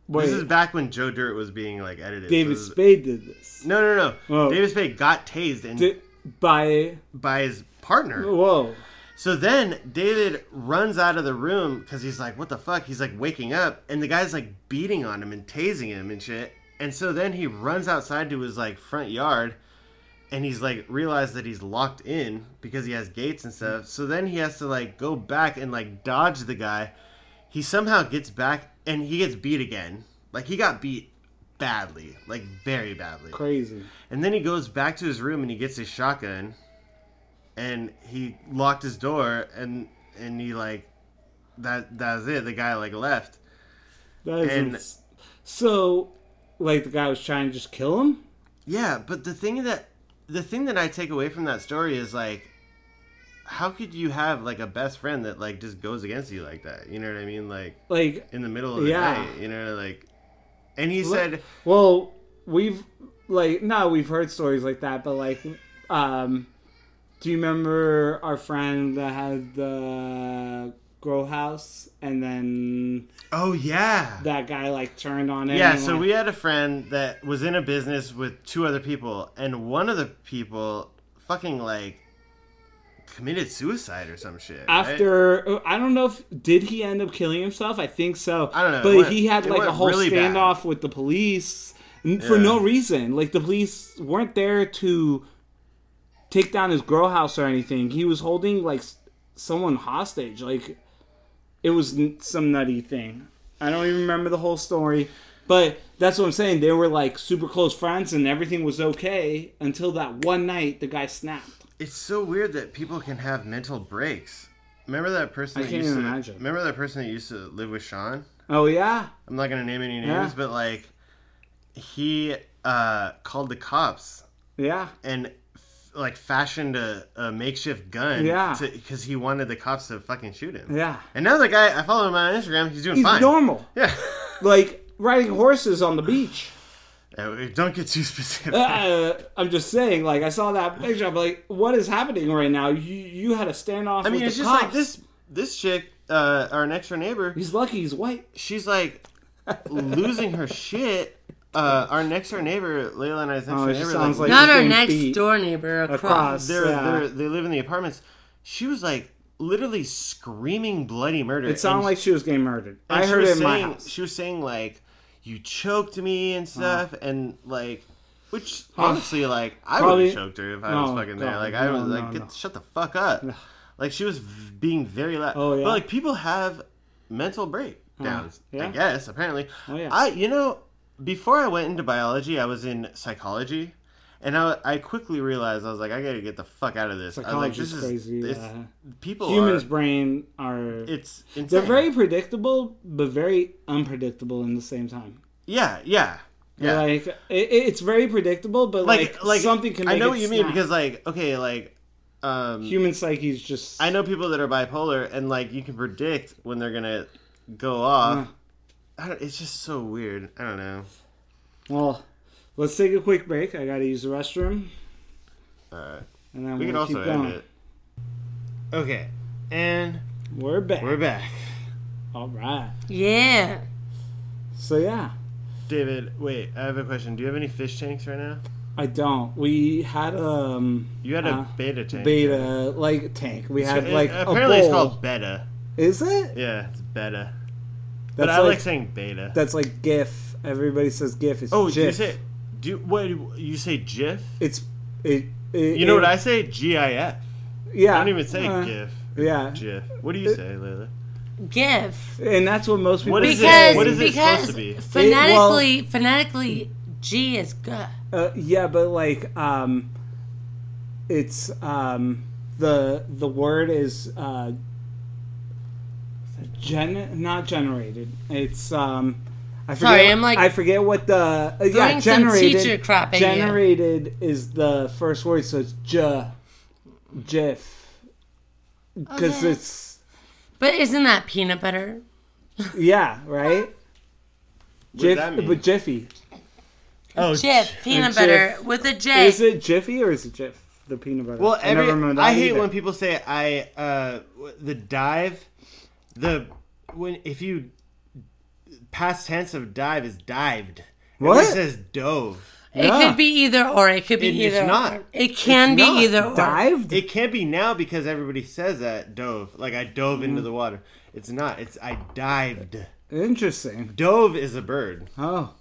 S3: Wait,
S2: This is back when Joe Dirt was being like edited. so
S3: David Oh.
S2: this is-
S3: Spade did this.
S2: No, no, no.
S3: Whoa.
S2: David Spade got tased and
S3: Did, by
S2: by his partner.
S3: whoa.
S2: So then David runs out of the room because he's like, "What the fuck?" He's like waking up, and the guy's like beating on him and tasing him and shit. And so then he runs outside to his like front yard, and he's like realized that he's locked in because he has gates and stuff. So then he has to like go back and like dodge the guy. He somehow gets back and he gets beat again. Like he got beat badly, like very badly.
S3: Crazy.
S2: And then he goes back to his room and he gets his shotgun, and he locked his door and and he like, that that was it. The guy like left.
S3: That is
S2: And-
S3: ins- so like the guy was trying to just kill him?
S2: Yeah, but the thing that the thing that I take away from that story is like, how could you have like a best friend that like just goes against you like that? You know what I mean? Like
S3: Like
S2: in the middle of the
S3: Yeah.
S2: night. You know, like. And he said,
S3: well, we've like no, we've heard stories like that, but like um do you remember our friend that had the grow house and then
S2: "Oh yeah,
S3: that guy like turned on it?
S2: Yeah,
S3: and,
S2: so
S3: like-
S2: we had a friend that was in a business with two other people, and one of the people fucking like committed suicide or some shit. right?
S3: after I don't know if did he end up killing himself. I think so.
S2: I don't know.
S3: But
S2: It went-
S3: he had
S2: it
S3: like a
S2: went
S3: whole
S2: really bad.
S3: standoff with the police n- for no reason. Like the police weren't there to take down his grow house or anything. He was holding like s- someone hostage. Like it was n- some nutty thing. I don't even remember the whole story. But that's what I'm saying. They were like super close friends and everything was okay until that one night the guy snapped.
S2: it's so weird that people can have mental breaks. Remember that person?
S3: I
S2: that
S3: can't
S2: used
S3: even
S2: to,
S3: imagine.
S2: Remember that person that used to live with Sean?
S3: Oh yeah.
S2: I'm not gonna name any names,
S3: Yeah.
S2: but like he uh, called the cops
S3: Yeah.
S2: and f- like fashioned a, a makeshift gun.
S3: Yeah.
S2: because he wanted the cops to fucking shoot him.
S3: Yeah.
S2: And now the guy, I follow him on Instagram. He's doing
S3: He's
S2: fine.
S3: normal.
S2: Yeah.
S3: Like riding horses on the beach.
S2: Uh, Don't get too specific.
S3: Uh, I'm just saying, like I saw that picture. I'm like, what is happening right now? You you had a standoff.
S2: I mean,
S3: with
S2: it's
S3: the
S2: just
S3: cops.
S2: like this. This chick, uh, our next door neighbor,
S3: He's lucky he's white.
S2: she's like losing her shit. Uh, our next door neighbor, Layla and I's next
S3: Oh,
S2: door
S3: it just
S2: neighbor,
S3: sounds like-
S4: Not our
S3: Being
S4: next
S3: beat
S4: door neighbor
S3: across.
S4: across.
S2: they're,
S3: Yeah.
S2: they're, they live in the apartments. She was like literally screaming bloody murder.
S3: It sounded
S2: and-
S3: like she was getting murdered.
S2: and
S3: I
S2: she
S3: heard
S2: was
S3: it in my
S2: saying-
S3: house.
S2: She was saying like, "You choked me and stuff," and like, which honestly, like, I would
S3: Probably-
S2: have choked her if I
S3: No,
S2: was fucking there.
S3: God,
S2: Like, I
S3: no,
S2: was like,
S3: no,
S2: Get,
S3: no.
S2: "Shut the fuck up!" Like, she was v- being very loud.
S3: Oh, yeah?
S2: But like, people have mental breakdowns.
S3: yeah?
S2: I guess apparently.
S3: Oh, yeah.
S2: I you know before I went into biology, I was in psychology. And I, I quickly realized I was like, I gotta get the fuck out of this. I was like,
S3: Psychology's
S2: this is
S3: oh, crazy,
S2: It's,
S3: yeah.
S2: People
S3: Humans'
S2: are.
S3: brain are
S2: It's insane.
S3: they're very predictable, but very unpredictable in the same time.
S2: Yeah, yeah, yeah.
S3: Like it, it's very predictable, but like,
S2: like, like
S3: something can.
S2: I
S3: make
S2: know
S3: it
S2: what you mean
S3: snap.
S2: because like okay like um
S3: human psyche's just.
S2: I know people that are bipolar and like you can predict when they're gonna
S3: Mm.
S2: go off. I don't, it's just so weird. I don't know.
S3: Well, Let's take a quick break. I gotta use the restroom,
S2: All right.
S3: and then
S2: We
S3: we
S2: can
S3: will keep
S2: also
S3: going.
S2: end it. Okay, and
S3: We're back.
S2: we're back.
S3: All right.
S4: Yeah.
S3: So yeah,
S2: David, wait, I have a question. Do you have any fish tanks right now?
S3: I don't. We had um
S2: You had a
S3: Uh,
S2: beta tank.
S3: beta like tank. We
S2: So
S3: had
S2: it-
S3: like
S2: apparently
S3: a bowl.
S2: it's called beta.
S3: Is it?
S2: Yeah, it's beta.
S3: That's
S2: But I
S3: like,
S2: like saying beta.
S3: that's like GIF. Everybody says GIF. It's
S2: oh, do you
S3: GIF.
S2: say do you, what do you say GIF?
S3: It's it, it.
S2: You know
S3: it-
S2: what I say? GIF.
S3: Yeah.
S2: I don't even say
S3: uh,
S2: GIF.
S3: Yeah.
S2: GIF. What do you say, Layla?
S4: GIF.
S3: And that's what most people
S2: What is it?
S4: Because
S2: What is it
S4: because
S2: supposed to be?
S4: phonetically phonetically G is good.
S3: Uh, yeah, but like um, it's um the the word is uh gen not generated. It's um. I forget,
S4: Sorry,
S3: what-
S4: I'm, like,
S3: I forget what the uh, yeah
S4: throwing some
S3: generated
S4: teacher crap at you.
S3: generated is the first word, so it's j, jiff, because
S4: Okay.
S3: it's
S4: But isn't that peanut butter?
S3: yeah right.
S2: does that mean?
S3: but jiffy
S2: Oh,
S4: Jiff, peanut
S3: Jif.
S4: butter with a J.
S3: is it jiffy or is it jiff the peanut butter?
S2: Well, every, I, hate
S3: either.
S2: when people say I uh, w- the dive, the when if you past tense of dive is dived.
S3: What?
S2: it says dove?
S4: It
S3: Yeah.
S4: could be either or. It could be
S2: It- it's
S4: either.
S2: not.
S4: Or. It can
S2: It's
S4: be
S2: not.
S4: either or.
S3: dived.
S2: It can't be now because everybody says that dove. Like I dove into
S3: Mm.
S2: the water. It's not. It's I dived.
S3: Interesting.
S2: Dove is a bird.
S3: Oh,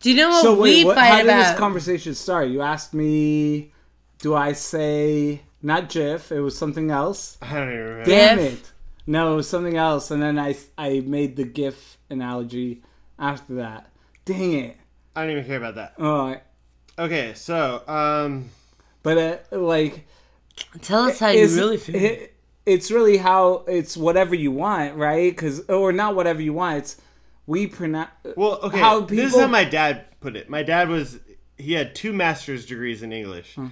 S4: Do you know what
S3: so
S4: Oh, we
S3: wait, what, how
S4: fight
S3: did this
S4: about?
S3: conversation start? You asked me, do I say not jiff? It was something else.
S2: I don't even remember.
S3: Damn
S4: Gif.
S3: it! No, it was something else, and then I I made the gif analogy after that. Dang it!
S2: I don't even care about that.
S3: All right.
S2: Okay, so um,
S3: But uh, like,
S4: Tell us how you
S3: is-
S4: really feel.
S3: it- it's really how it's whatever you want, right? Because or not whatever you want. It's we pronounce.
S2: well, okay.
S3: How
S2: This is
S3: people-
S2: how my dad put it. My dad was he had two master's degrees in English,
S3: Hmm.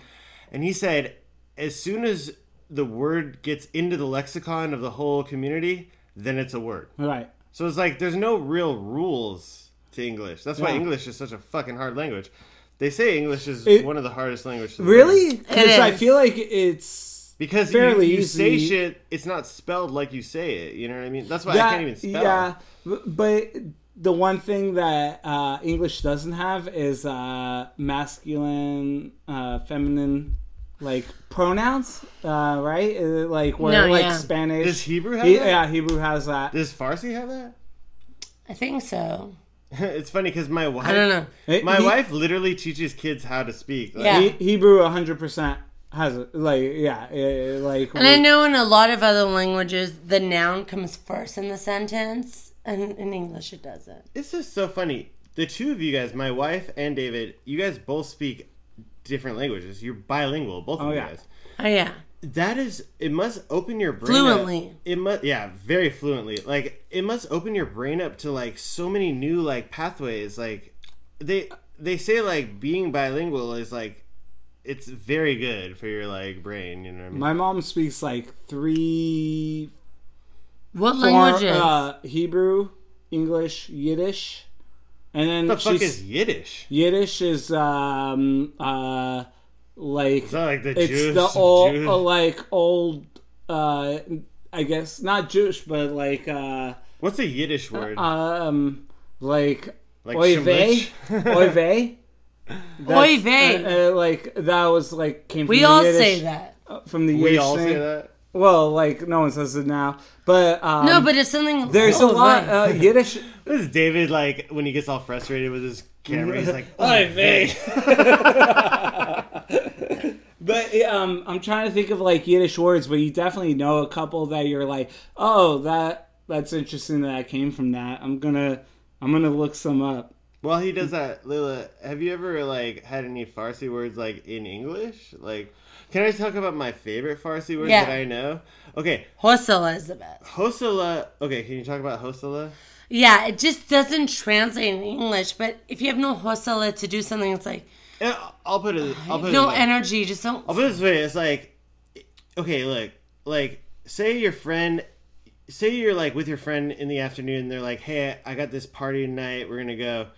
S2: and he said as soon as the word gets into the lexicon of the whole community, then it's a word.
S3: Right.
S2: So it's like there's no real rules to English. That's why
S3: Yeah.
S2: English is such a fucking hard language. They say English is
S3: It-
S2: one of the hardest languages.
S3: Really? Because
S4: It
S3: I
S4: is.
S3: feel like it's
S2: Because
S3: fairly
S2: you, you say
S3: easy.
S2: shit, it's not spelled like you say it. You know what I mean? That's why I can't even spell.
S3: Yeah, b- but the one thing that uh, English doesn't have is uh, masculine, uh, feminine, like pronouns, uh, right? Uh, Like where
S4: No,
S3: like
S4: yeah.
S3: Spanish.
S2: Does Hebrew have
S3: He-
S2: that?
S3: yeah, Hebrew has that.
S2: Does Farsi have that?
S4: I think so.
S2: it's funny because my wife,
S4: I don't know.
S3: It-
S2: my
S3: he-
S2: wife literally teaches kids how to speak. Like,
S4: Yeah.
S3: he- Hebrew, hundred percent has it. Like yeah, eh, like.
S4: And I know in a lot of other languages, the noun comes first in the sentence, and in English it doesn't.
S2: This is so funny. The two of you guys, my wife and David, you guys both speak different languages. You're bilingual, both of
S3: Oh,
S2: you
S3: yeah.
S2: guys.
S4: Oh yeah,
S2: That is, it must open your brain
S4: Fluently.
S2: Up. It must, yeah, very fluently. Like it must open your brain up to like so many new like pathways. Like they they say like being bilingual is like it's very good for your like brain. You know what I mean?
S3: my mom speaks like three
S4: what
S3: four,
S4: languages?
S3: uh, Hebrew, English, Yiddish, and then
S2: what the fuck
S3: she's-
S2: is Yiddish?
S3: Yiddish is um uh like
S2: Is that like the
S3: it's
S2: Jews?
S3: the old
S2: Jews?
S3: uh, like old uh I guess not Jewish but like uh
S2: What's a Yiddish word?
S3: um like
S2: like
S3: oy vey,
S2: shemlich?
S3: oy vey. That's-
S4: Oy vey.
S3: uh, uh, like that was like came from
S4: we
S3: the
S4: all
S3: Yiddish,
S4: say that.
S3: from the Yiddish
S2: we all
S3: thing.
S2: say that.
S3: Well, like no one says it now, but um,
S4: No, but it's something.
S3: there's a
S4: Oh,
S3: lot
S4: right.
S3: uh, Yiddish.
S2: This is David like when he gets all frustrated with his camera. He's like, "Oy vey."
S3: But um, I'm trying to think of like Yiddish words, but you definitely know a couple that you're like, oh, that that's interesting that I came from that. I'm gonna I'm gonna look some up.
S2: While he does that, Lila, have you ever like had any Farsi words like in English? Like, can I talk about my favorite Farsi word
S4: Yeah.
S2: that I know? Okay,
S4: Hosala is the best.
S2: hosala. Okay, can you talk about hosala?
S4: Yeah, it just doesn't translate in English. But if you have no hosala to do something, it's like
S2: Eh, I'll put it. I'll put it.
S4: no
S2: in the-
S4: energy. Just don't.
S2: I'll put it this way. It's like, okay, look, like say your friend, say you're like with your friend in the afternoon. And they're like, hey, I got this party tonight. We're gonna go,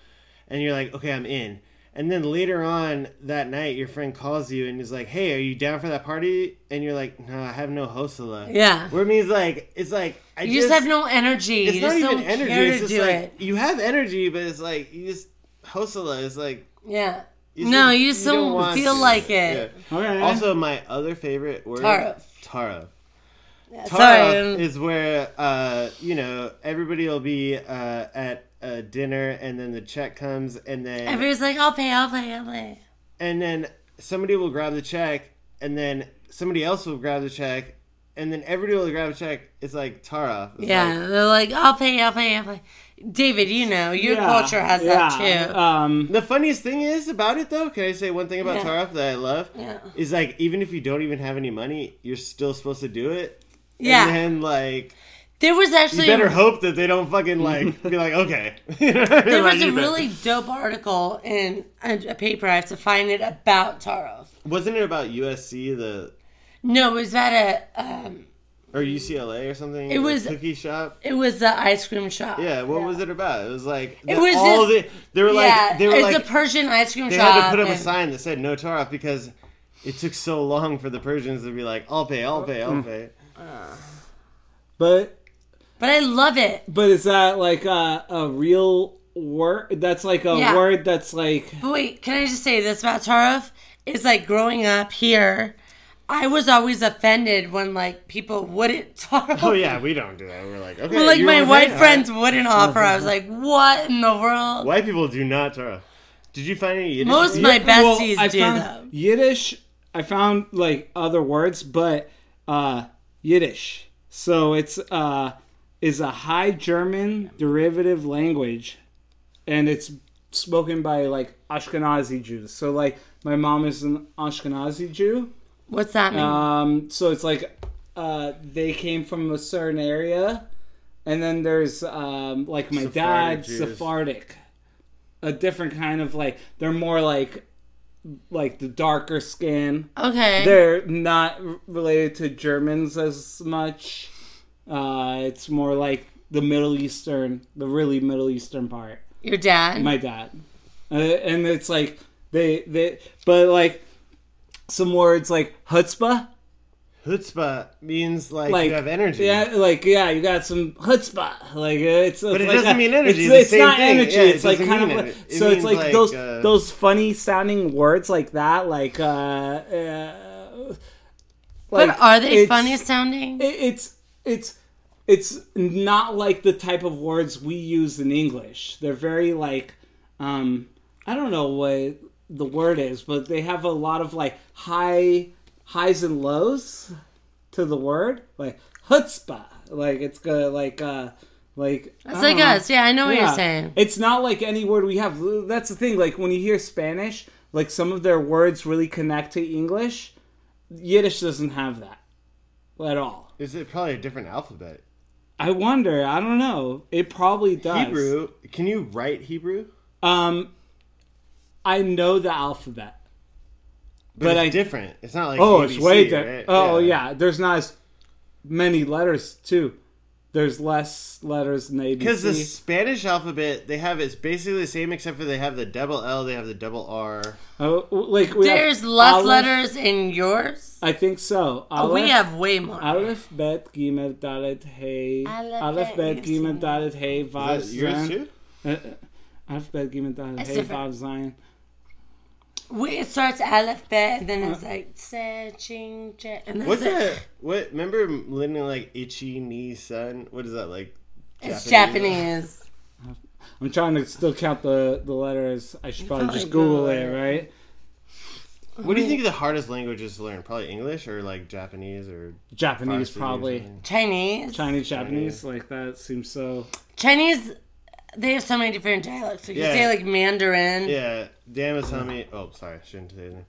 S2: and you're like, okay, I'm in. And then later on that night, your friend calls you and is like, "Hey, are you down for that party?" And you're like, "No, I have no hosela."
S4: Yeah.
S2: Where it means like it's like I
S4: You just, have no energy.
S2: It's
S4: you
S2: not
S4: just
S2: even
S4: don't
S2: energy.
S4: care
S2: It's
S4: to
S2: just
S4: do
S2: like
S4: it.
S2: you have energy, but it's like you just hosela is like
S4: Yeah.
S2: you
S4: no,
S2: just-
S4: you just
S2: don't
S4: don't,
S2: want
S4: feel
S2: to.
S4: like it.
S2: Yeah.
S3: Okay.
S2: Also, my other favorite word,
S4: Taraf.
S2: Taraf.
S4: Sorry.
S2: Taraf is where uh, you know everybody will be uh, at a dinner, and then the check comes, and then
S4: Everybody's like, I'll pay, I'll pay, I'll pay.
S2: and then somebody will grab the check, and then somebody else will grab the check, and then everybody will grab a check. It's like Taraf. It's
S4: Yeah,
S2: like-
S4: they're like, I'll pay, I'll pay, I'll pay. David, you know, your
S3: Yeah,
S4: culture has
S3: yeah,
S4: that too.
S3: Um,
S2: the funniest thing is about it, though. Can I say one thing about
S4: Yeah.
S2: Taraf that I love?
S4: Yeah.
S2: Is like even if you don't even have any money, you're still supposed to do it.
S4: yeah.
S2: And then like
S4: there was
S2: you
S4: actually
S2: better hope that they don't fucking like be like okay.
S4: there was a
S2: You bet.
S4: really dope article in a, a paper. I have to find it about Tarov.
S2: wasn't it about USC the
S4: No, it was at a um,
S2: or UCLA or something?
S4: It
S2: the
S4: was-
S2: cookie shop.
S4: it was the ice cream shop.
S2: Yeah, what was it about? It was like the-
S4: was
S2: all
S4: just-
S2: the they were
S4: yeah,
S2: like they were
S4: it's
S2: like
S4: a Persian ice cream
S2: they
S4: shop.
S2: had to put up a
S4: and-
S2: sign that said no tar off because it took so long for the Persians to be like I'll pay, I'll pay,
S4: Mm.
S2: I'll pay.
S3: but
S4: But I love it.
S3: but is that like a, a real word? That's like a
S4: Yeah.
S3: word that's like
S4: But wait, can I just say this about Tarif? It's like growing up here, I was always offended when like people wouldn't Tarif.
S2: Oh yeah, we don't do that. We're like okay.
S4: When, like
S2: you
S4: my
S2: want
S4: white
S2: it?
S4: friends wouldn't offer. I was like, what in the world?
S2: White people do not tar off. Did you find any? Yiddish
S4: Most of
S2: people?
S4: my besties
S3: I
S4: do
S3: found
S4: though.
S3: Yiddish. I found like other words, but uh, Yiddish. So it's uh, is a High German derivative language, and it's spoken by like Ashkenazi Jews. So like my mom is an Ashkenazi Jew.
S4: What's that mean?
S3: Um, so it's like uh, they came from a certain area, and then there's um, like my
S2: Sephardic
S3: dad's
S2: Jews.
S3: Sephardic, a different kind of like they're more like like the darker skin.
S4: okay.
S3: They're not r- related to Germans as much. Uh, it's more like the Middle Eastern, the really Middle Eastern part
S4: Your dad.
S3: my dad uh, and it's like they they but like some words like chutzpah
S2: Chutzpah means like,
S3: like
S2: you have energy.
S3: yeah like yeah you got some chutzpah like uh, it's but
S2: it doesn't mean energy,
S3: it's,
S2: the
S3: it's
S2: same
S3: not
S2: thing.
S3: energy
S2: Yeah, it
S3: it's like
S2: doesn't
S3: kind of
S2: mean
S3: like,
S2: it. It
S3: so it's
S2: means
S3: like,
S2: like,
S3: those
S2: uh,
S3: those funny sounding words like that like uh, uh
S4: but
S3: like,
S4: are they
S3: it's-
S4: funny sounding?
S3: it- it's it's it's not like the type of words we use in English. They're very like um I don't know what the word is, but they have a lot of like high highs and lows to the word, like chutzpah. Like it's good, like uh like
S4: it's like us. Yeah, I know what
S3: Uh-huh. yeah.
S4: you're saying.
S3: It's not like any word we have. That's the thing. Like when you hear Spanish, like some of their words really connect to English. Yiddish doesn't have that at all.
S2: Is it probably a different alphabet?
S3: I wonder. I don't know. It probably does.
S2: Hebrew? Can you write Hebrew?
S3: Um, I know the alphabet.
S2: But,
S3: But
S2: it's
S3: I-
S2: different. It's not like
S3: Oh, it's
S2: ABC,
S3: way different.
S2: right?
S3: Oh yeah. There's not as many letters too. There's less letters than ABC.
S2: Because the Spanish alphabet they have is basically the same except for they have the double L, they have the double R.
S3: oh, like we have
S4: There's less
S3: Aleph.
S4: letters in yours.
S3: I think so.
S4: we
S3: Aleph.
S4: have way more.
S3: Aleph bet gimel dalet hey.
S4: Aleph,
S3: Aleph
S4: bet,
S3: bet
S4: yes,
S3: gimel dalet hey vav
S2: Is that yours
S3: zayin.
S2: too?
S3: Aleph bet gimel dalet
S4: That's
S3: hey vav
S4: different.
S3: zayin.
S4: We, it starts alphabet, and then it's like searching, check, and that's
S2: What's
S4: it.
S2: that? What remember living like Ichi ni san? What is that like?
S4: It's Japanese.
S3: I'm trying to still count the the letters. I should probably,
S4: probably
S3: just Google
S4: Google
S3: it,
S4: it.
S3: right?
S2: What do you think the hardest languages to learn? Probably English or like Japanese or
S3: Japanese,
S2: Farsi or
S3: probably
S2: something?
S4: Chinese.
S3: Chinese, Japanese. Like that seems so.
S4: Chinese. They have so many different dialects. Like
S2: Yeah.
S4: you say like Mandarin.
S2: Yeah, Dan was telling me. Oh, sorry, shouldn't say his name.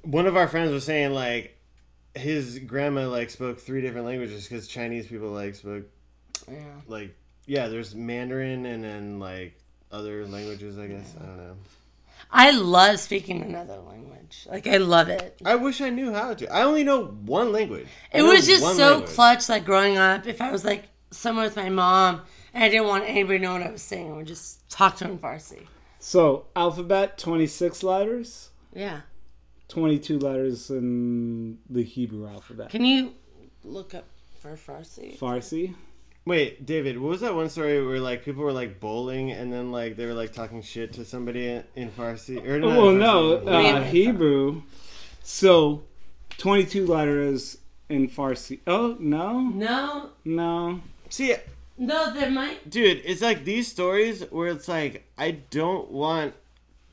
S2: One of our friends was saying like his grandma like spoke three different languages because Chinese people like spoke
S4: Yeah.
S2: like yeah. There's Mandarin and then like other languages. I guess I don't know.
S4: I love speaking another language. Like I love it.
S2: I wish I knew how to. I only know one language. I
S4: It
S2: know
S4: was just
S2: one
S4: so
S2: language.
S4: clutch, like growing up. If I was like somewhere with my mom and I didn't want anybody to know what I was saying, I would just talk to her in Farsi.
S3: So alphabet, twenty six letters,
S4: Yeah.
S3: twenty two letters in the Hebrew alphabet.
S4: Can you look up for Farsi?
S3: Farsi.
S2: Wait, David, what was that one story where like people were like bowling and then like they were like talking shit to somebody in Farsi? Or not in
S3: Well,
S2: Farsi,
S3: no,
S2: but-
S3: uh,
S4: Wait.
S3: Hebrew. So, 22 letters in Farsi. Oh, no,
S4: No,
S3: no.
S2: See,
S4: no, there might.
S2: dude, it's like these stories where it's like I don't want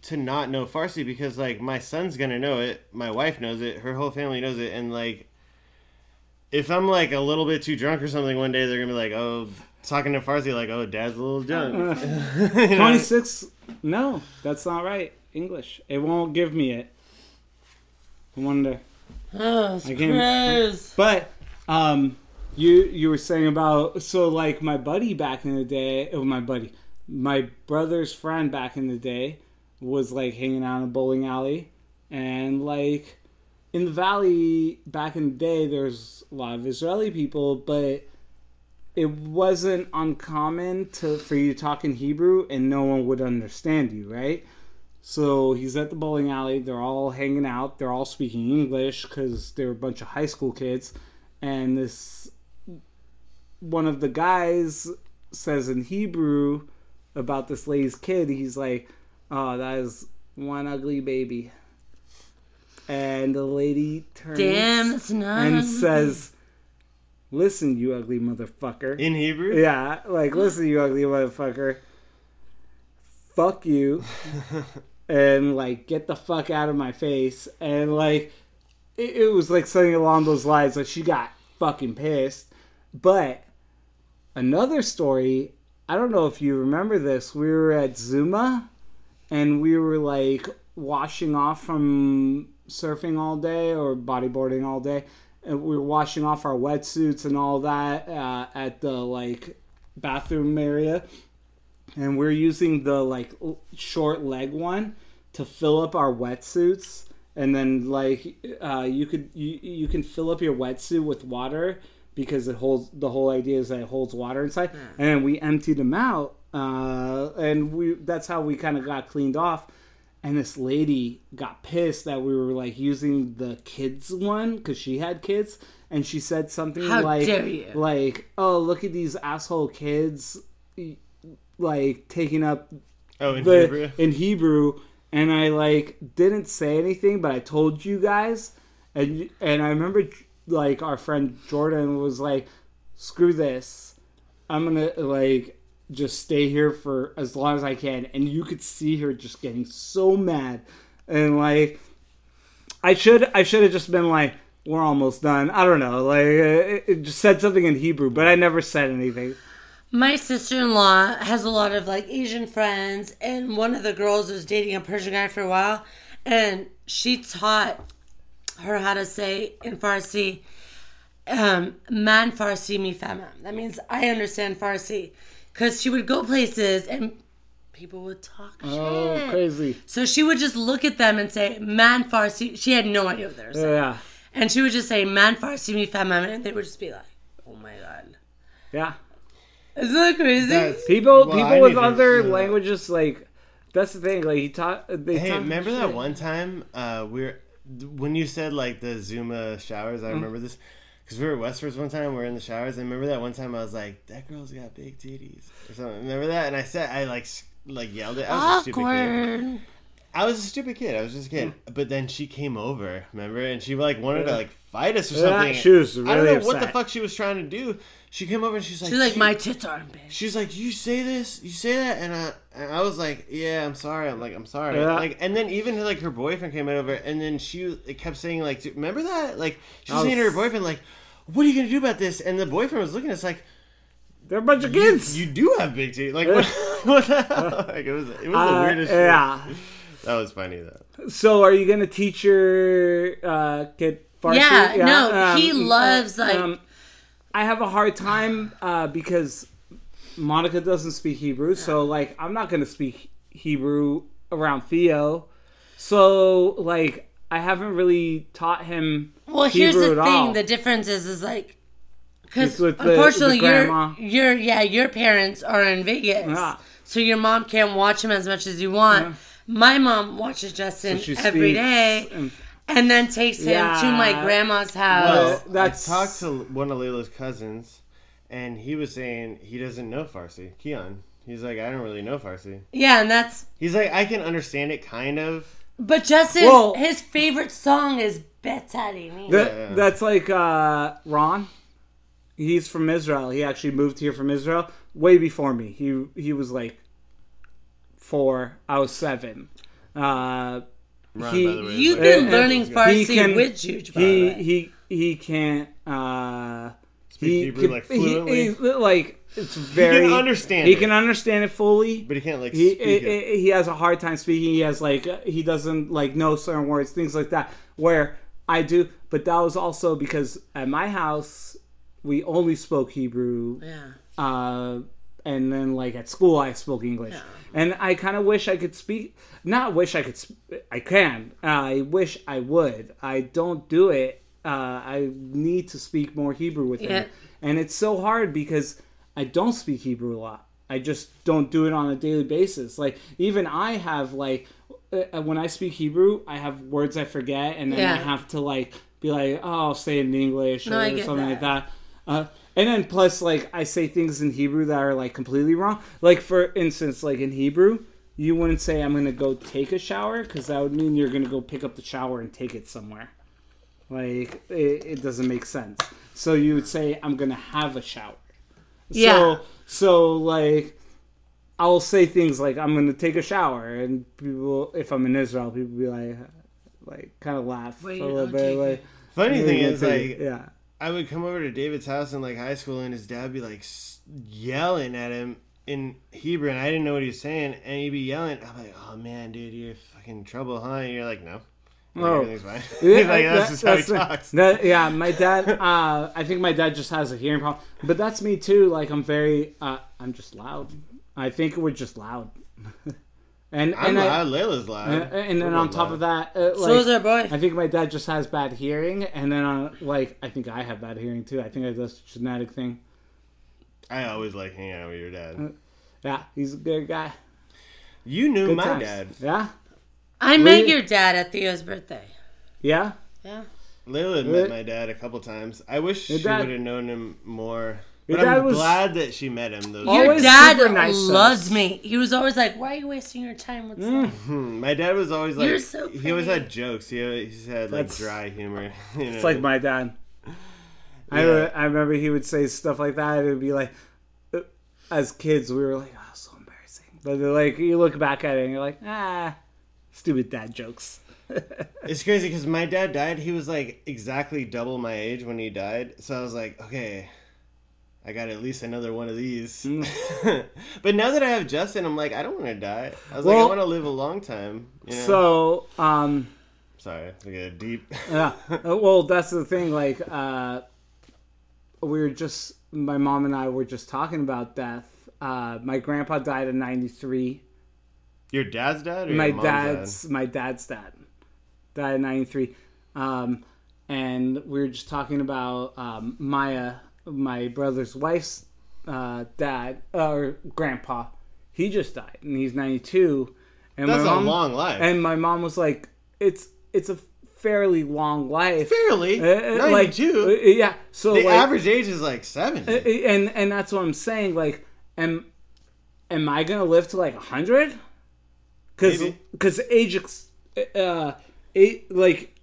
S2: to not know Farsi because like my son's gonna know it, my wife knows it, her whole family knows it, and like if I'm like a little bit too drunk or something one day, they're gonna be like, oh, talking to Farsi, like, oh, dad's a little drunk. You know?
S3: 26. No, that's not right. English. It won't give me it. I wonder.
S4: Oh,
S3: Again.
S4: screws.
S3: But um, you you were saying about so like my buddy back in the day. Oh, my buddy, my brother's friend back in the day was like hanging out in a bowling alley, and like in the valley back in the day, there's a lot of Israeli people, but it wasn't uncommon to for you to talk in Hebrew and no one would understand you, right? So he's at the bowling alley. They're all hanging out. They're all speaking English because they're a bunch of high school kids. And this one of the guys says in Hebrew about this lady's kid. He's like, "Oh, that is one ugly baby." And the lady turns
S4: Damn, it's not.
S3: and says, "Listen, you ugly motherfucker."
S2: In Hebrew?
S3: Yeah, like listen, you ugly motherfucker. Fuck you, and like get the fuck out of my face. And like it, it was like something along those lines. Like she got fucking pissed. But another story, I don't know if you remember this. We were at Zuma, and we were like washing off from surfing all day or bodyboarding all day and we were washing off our wetsuits and all that uh, at the like bathroom area and we're using the like l- short leg one to fill up our wetsuits and then like uh, you could you, you can fill up your wetsuit with water because it holds the whole idea is that it holds water inside and then we emptied them out uh, and we that's how we kind of got cleaned off and this lady got pissed that we were like using the kids one because she had kids and she said something
S4: How
S3: like
S4: dare you.
S3: like oh look at these asshole kids like taking up
S2: Oh, in
S3: the
S2: Hebrew?
S3: in Hebrew, and I like didn't say anything, but I told you guys, and and I remember like our friend Jordan was like, "Screw this, I'm gonna like just stay here for as long as I can," and you could see her just getting so mad, and like I should I should have just been like. We're almost done. I don't know. Like, uh, it, it just said something in Hebrew, but I never said anything.
S4: My sister in law has a lot of like Asian friends, and one of the girls was dating a Persian guy for a while, and she taught her how to say in Farsi, um, man Farsi mi fahmam. That means I understand Farsi. Because she would go places and people would talk shit.
S3: Oh, crazy!
S4: So she would just look at them and say, man Farsi. She had no idea what they were saying.
S3: Yeah,
S4: And she would just say, man Farsi mi fahmam. And they would just be like, oh my God.
S3: yeah.
S4: Isn't that crazy?
S3: People,
S2: Well, I
S3: people with
S2: need to-
S3: other
S2: yeah.
S3: languages, like that's the thing. Like he taught. They
S2: Hey,
S3: taught
S2: remember
S3: shit.
S2: that one time uh, we are when you said like the Zuma showers?
S3: Mm.
S2: I remember this because we were at Westwards one time. We were in the showers. I remember that one time I was like, "That girl's got big titties" or something. Remember that? And I said, I like s- like yelled it. I was a stupid kid.
S4: Awkward.
S2: I was a stupid kid. I was just a kid.
S3: Mm.
S2: But then she came over, remember? And she like wanted to like fight us or something.
S3: she was
S2: I don't
S3: really
S2: know what the
S3: upset.
S2: fuck she was trying to do. She came over and she's like,
S4: She's like,
S2: "Dude,
S4: my tits aren't big.
S2: she's like, "You say this, you say that," and I, and I was like, "Yeah, I'm sorry." I'm like, "I'm sorry."
S3: Yeah.
S2: Like, and then even like her boyfriend came over, and then she kept saying like, "Dude, "Remember that?" Like, she was
S3: I
S2: saying to her
S3: was-
S2: boyfriend like, "What are you gonna do about this?" And the boyfriend was looking at us like,
S3: They're a bunch of kids.
S2: "You do have big teeth." Like, what, what the hell? Like, it was it was the
S3: Uh,
S2: weirdest.
S3: yeah.
S2: Shit. That was funny though.
S3: So, are you gonna teach your uh, kid Farsi?
S4: Yeah, no, he loves,
S3: uh,
S4: like-
S3: I have a hard time uh, because Monica doesn't speak Hebrew, so like I'm not gonna speak Hebrew around Theo. So, like, I haven't really taught him.
S4: Well, here's
S3: Hebrew
S4: the
S3: at
S4: thing:
S3: all.
S4: the difference is, is like,
S3: It's
S4: because
S3: with the- with the
S4: unfortunately, your
S3: grandma.
S4: your yeah, your parents are in Vegas,
S3: Yeah.
S4: so your mom can't watch him as much as you want. My mom watches Justin
S3: she
S4: every
S3: speaks
S4: day,
S3: and-
S4: and, then takes him to my
S3: Yeah.
S4: grandma's house.
S3: Well,
S2: Well,
S3: Uh, that's-
S2: I talked to one of Layla's cousins, and he was saying he doesn't know Farsi. Keon. He's like, I don't really know Farsi.
S4: yeah, and that's
S2: He's like, I can understand it kind of.
S4: but Justin.
S3: Well-
S4: his favorite song is "Betari."
S3: That,
S2: Yeah.
S3: That's like uh, Ron. He's from Israel. He actually moved here from Israel way before me. He he was like four. I was seven. Uh,
S2: Ron,
S3: He-
S2: by the way, is
S4: You've
S2: like-
S4: been
S3: Uh,
S4: learning
S3: he
S4: Farsi
S3: can-
S4: with Juge, by the
S3: he
S4: way.
S3: he he can't. Uh,
S2: Speak Hebrew,
S3: can-
S2: like,
S3: he-
S2: fluently?
S3: he's, like it's very.
S2: understand
S3: He
S2: it.
S3: can understand it fully,
S2: but he can't like
S3: he
S2: speak
S3: it,
S2: it.
S3: it- he has a hard time speaking. He has like uh, he doesn't like know certain words, things like that. Where I do, but that was also because at my house we only spoke Hebrew,
S4: yeah.
S3: uh, and then like at school I spoke English, and I kind of wish I could speak. Not wish I could. Sp- I can. I wish I would. I don't do it. Uh, I need to speak more Hebrew with
S4: Yeah.
S3: him, and it's so hard because I don't speak Hebrew a lot. I just don't do it on a daily basis. Like even I have like uh, when I speak Hebrew, I have words I forget, and then I
S4: Yeah.
S3: have to like be like, oh, I'll say it in English
S4: No, I
S3: or
S4: get
S3: something like
S4: that.
S3: that. Uh, and then plus, like I say things in Hebrew that are like completely wrong. Like for instance, like in Hebrew, you wouldn't say I'm gonna go take a shower because that would mean you're gonna go pick up the shower and take it somewhere. Like it, it doesn't make sense. So you would say I'm gonna have a shower.
S4: Yeah.
S3: So so like I'll say things like I'm gonna take a shower, and people, if I'm in Israel, people be like, like kind of laugh
S4: Wait,
S3: a little
S4: I'll
S3: bit.
S4: take
S3: Like
S2: Funny thing
S3: "Yeah,
S2: is,
S3: take
S2: like,
S3: it." yeah.
S2: I would come over to David's house in like high school, and his dad would be like s- yelling at him in Hebrew, and I didn't know what he was saying, and he'd be yelling. I'm like, "Oh man, dude, you're fucking in trouble, huh?" And you're like, "No, I'm like,
S3: Oh.
S2: everything's fine." He's like, "That's just how he
S3: that's-
S2: talks."
S3: that- yeah, my dad. Uh, I think my dad just has a hearing problem, but that's me too. Like I'm very, uh, I'm just loud. I think we're just loud, and
S2: I'm
S3: and I-
S2: loud. Layla's loud.
S3: and, and then
S2: We're
S3: on
S2: both
S3: top
S2: loud.
S3: of that, uh, like,
S4: So is our boy.
S3: I think my dad just has bad hearing, and then on like I think I have bad hearing too. I think I that's a genetic thing.
S2: I always like hanging out with your dad.
S3: Yeah, he's a good guy.
S2: You knew
S3: Good
S2: my
S3: times.
S2: dad.
S3: Yeah,
S4: I met
S3: Really?
S4: your dad at Theo's birthday.
S3: yeah.
S4: Yeah.
S2: Layla had
S3: Uh,
S2: met my dad a couple times. I wish she
S3: dad-
S2: would have known him more. But
S3: dad
S2: I'm
S3: was-
S2: glad that she met him. Though.
S3: Always-
S4: Your dad
S3: super nice Mm. to us.
S4: loved me. He was always like, "Why are you wasting your time with?" someone?"
S2: Hmm, My dad was always like
S4: You're so
S2: he always
S4: pretty.
S2: had jokes. He always had like
S3: That's-
S2: dry humor. You know?
S3: It's like my dad. I,
S2: Yeah.
S3: re- I remember he would say stuff like that. It would be like, uh, as kids, we were like, oh, so embarrassing. But they're like, you look back at it and you're like, ah, stupid dad jokes.
S2: It's crazy because my dad died. He was like exactly double my age when he died. So I was like, okay, I got at least another one of these.
S3: Hmm.
S2: but now that I have Justin, I'm like, I don't want to die. I was like, I
S3: Well-
S2: want to live a long time. You know?
S3: So, um,
S2: sorry, we got deep.
S3: yeah. Uh, well, that's the thing. Like, uh, we were just, my mom and I were just talking about death. Uh, my grandpa died in 93.
S2: Your dad's dad or
S3: my
S2: your mom's
S3: dad's my dad's dad died in 93 um, and we were just talking about um, maya my brother's wife's uh, dad or grandpa he just died and he's 92 and
S2: That's
S3: my
S2: a
S3: mom,
S2: long life.
S3: and my mom was like it's it's a fairly long life
S2: Fairly,
S3: Uh, uh, like,
S2: ninety-two.
S3: uh, yeah so
S2: the
S3: like,
S2: average age is like seventy.
S3: and and that's what I'm saying. Like, am am I gonna live to like hundred? Because
S2: Maybe.
S3: because age, ex- uh, eight, like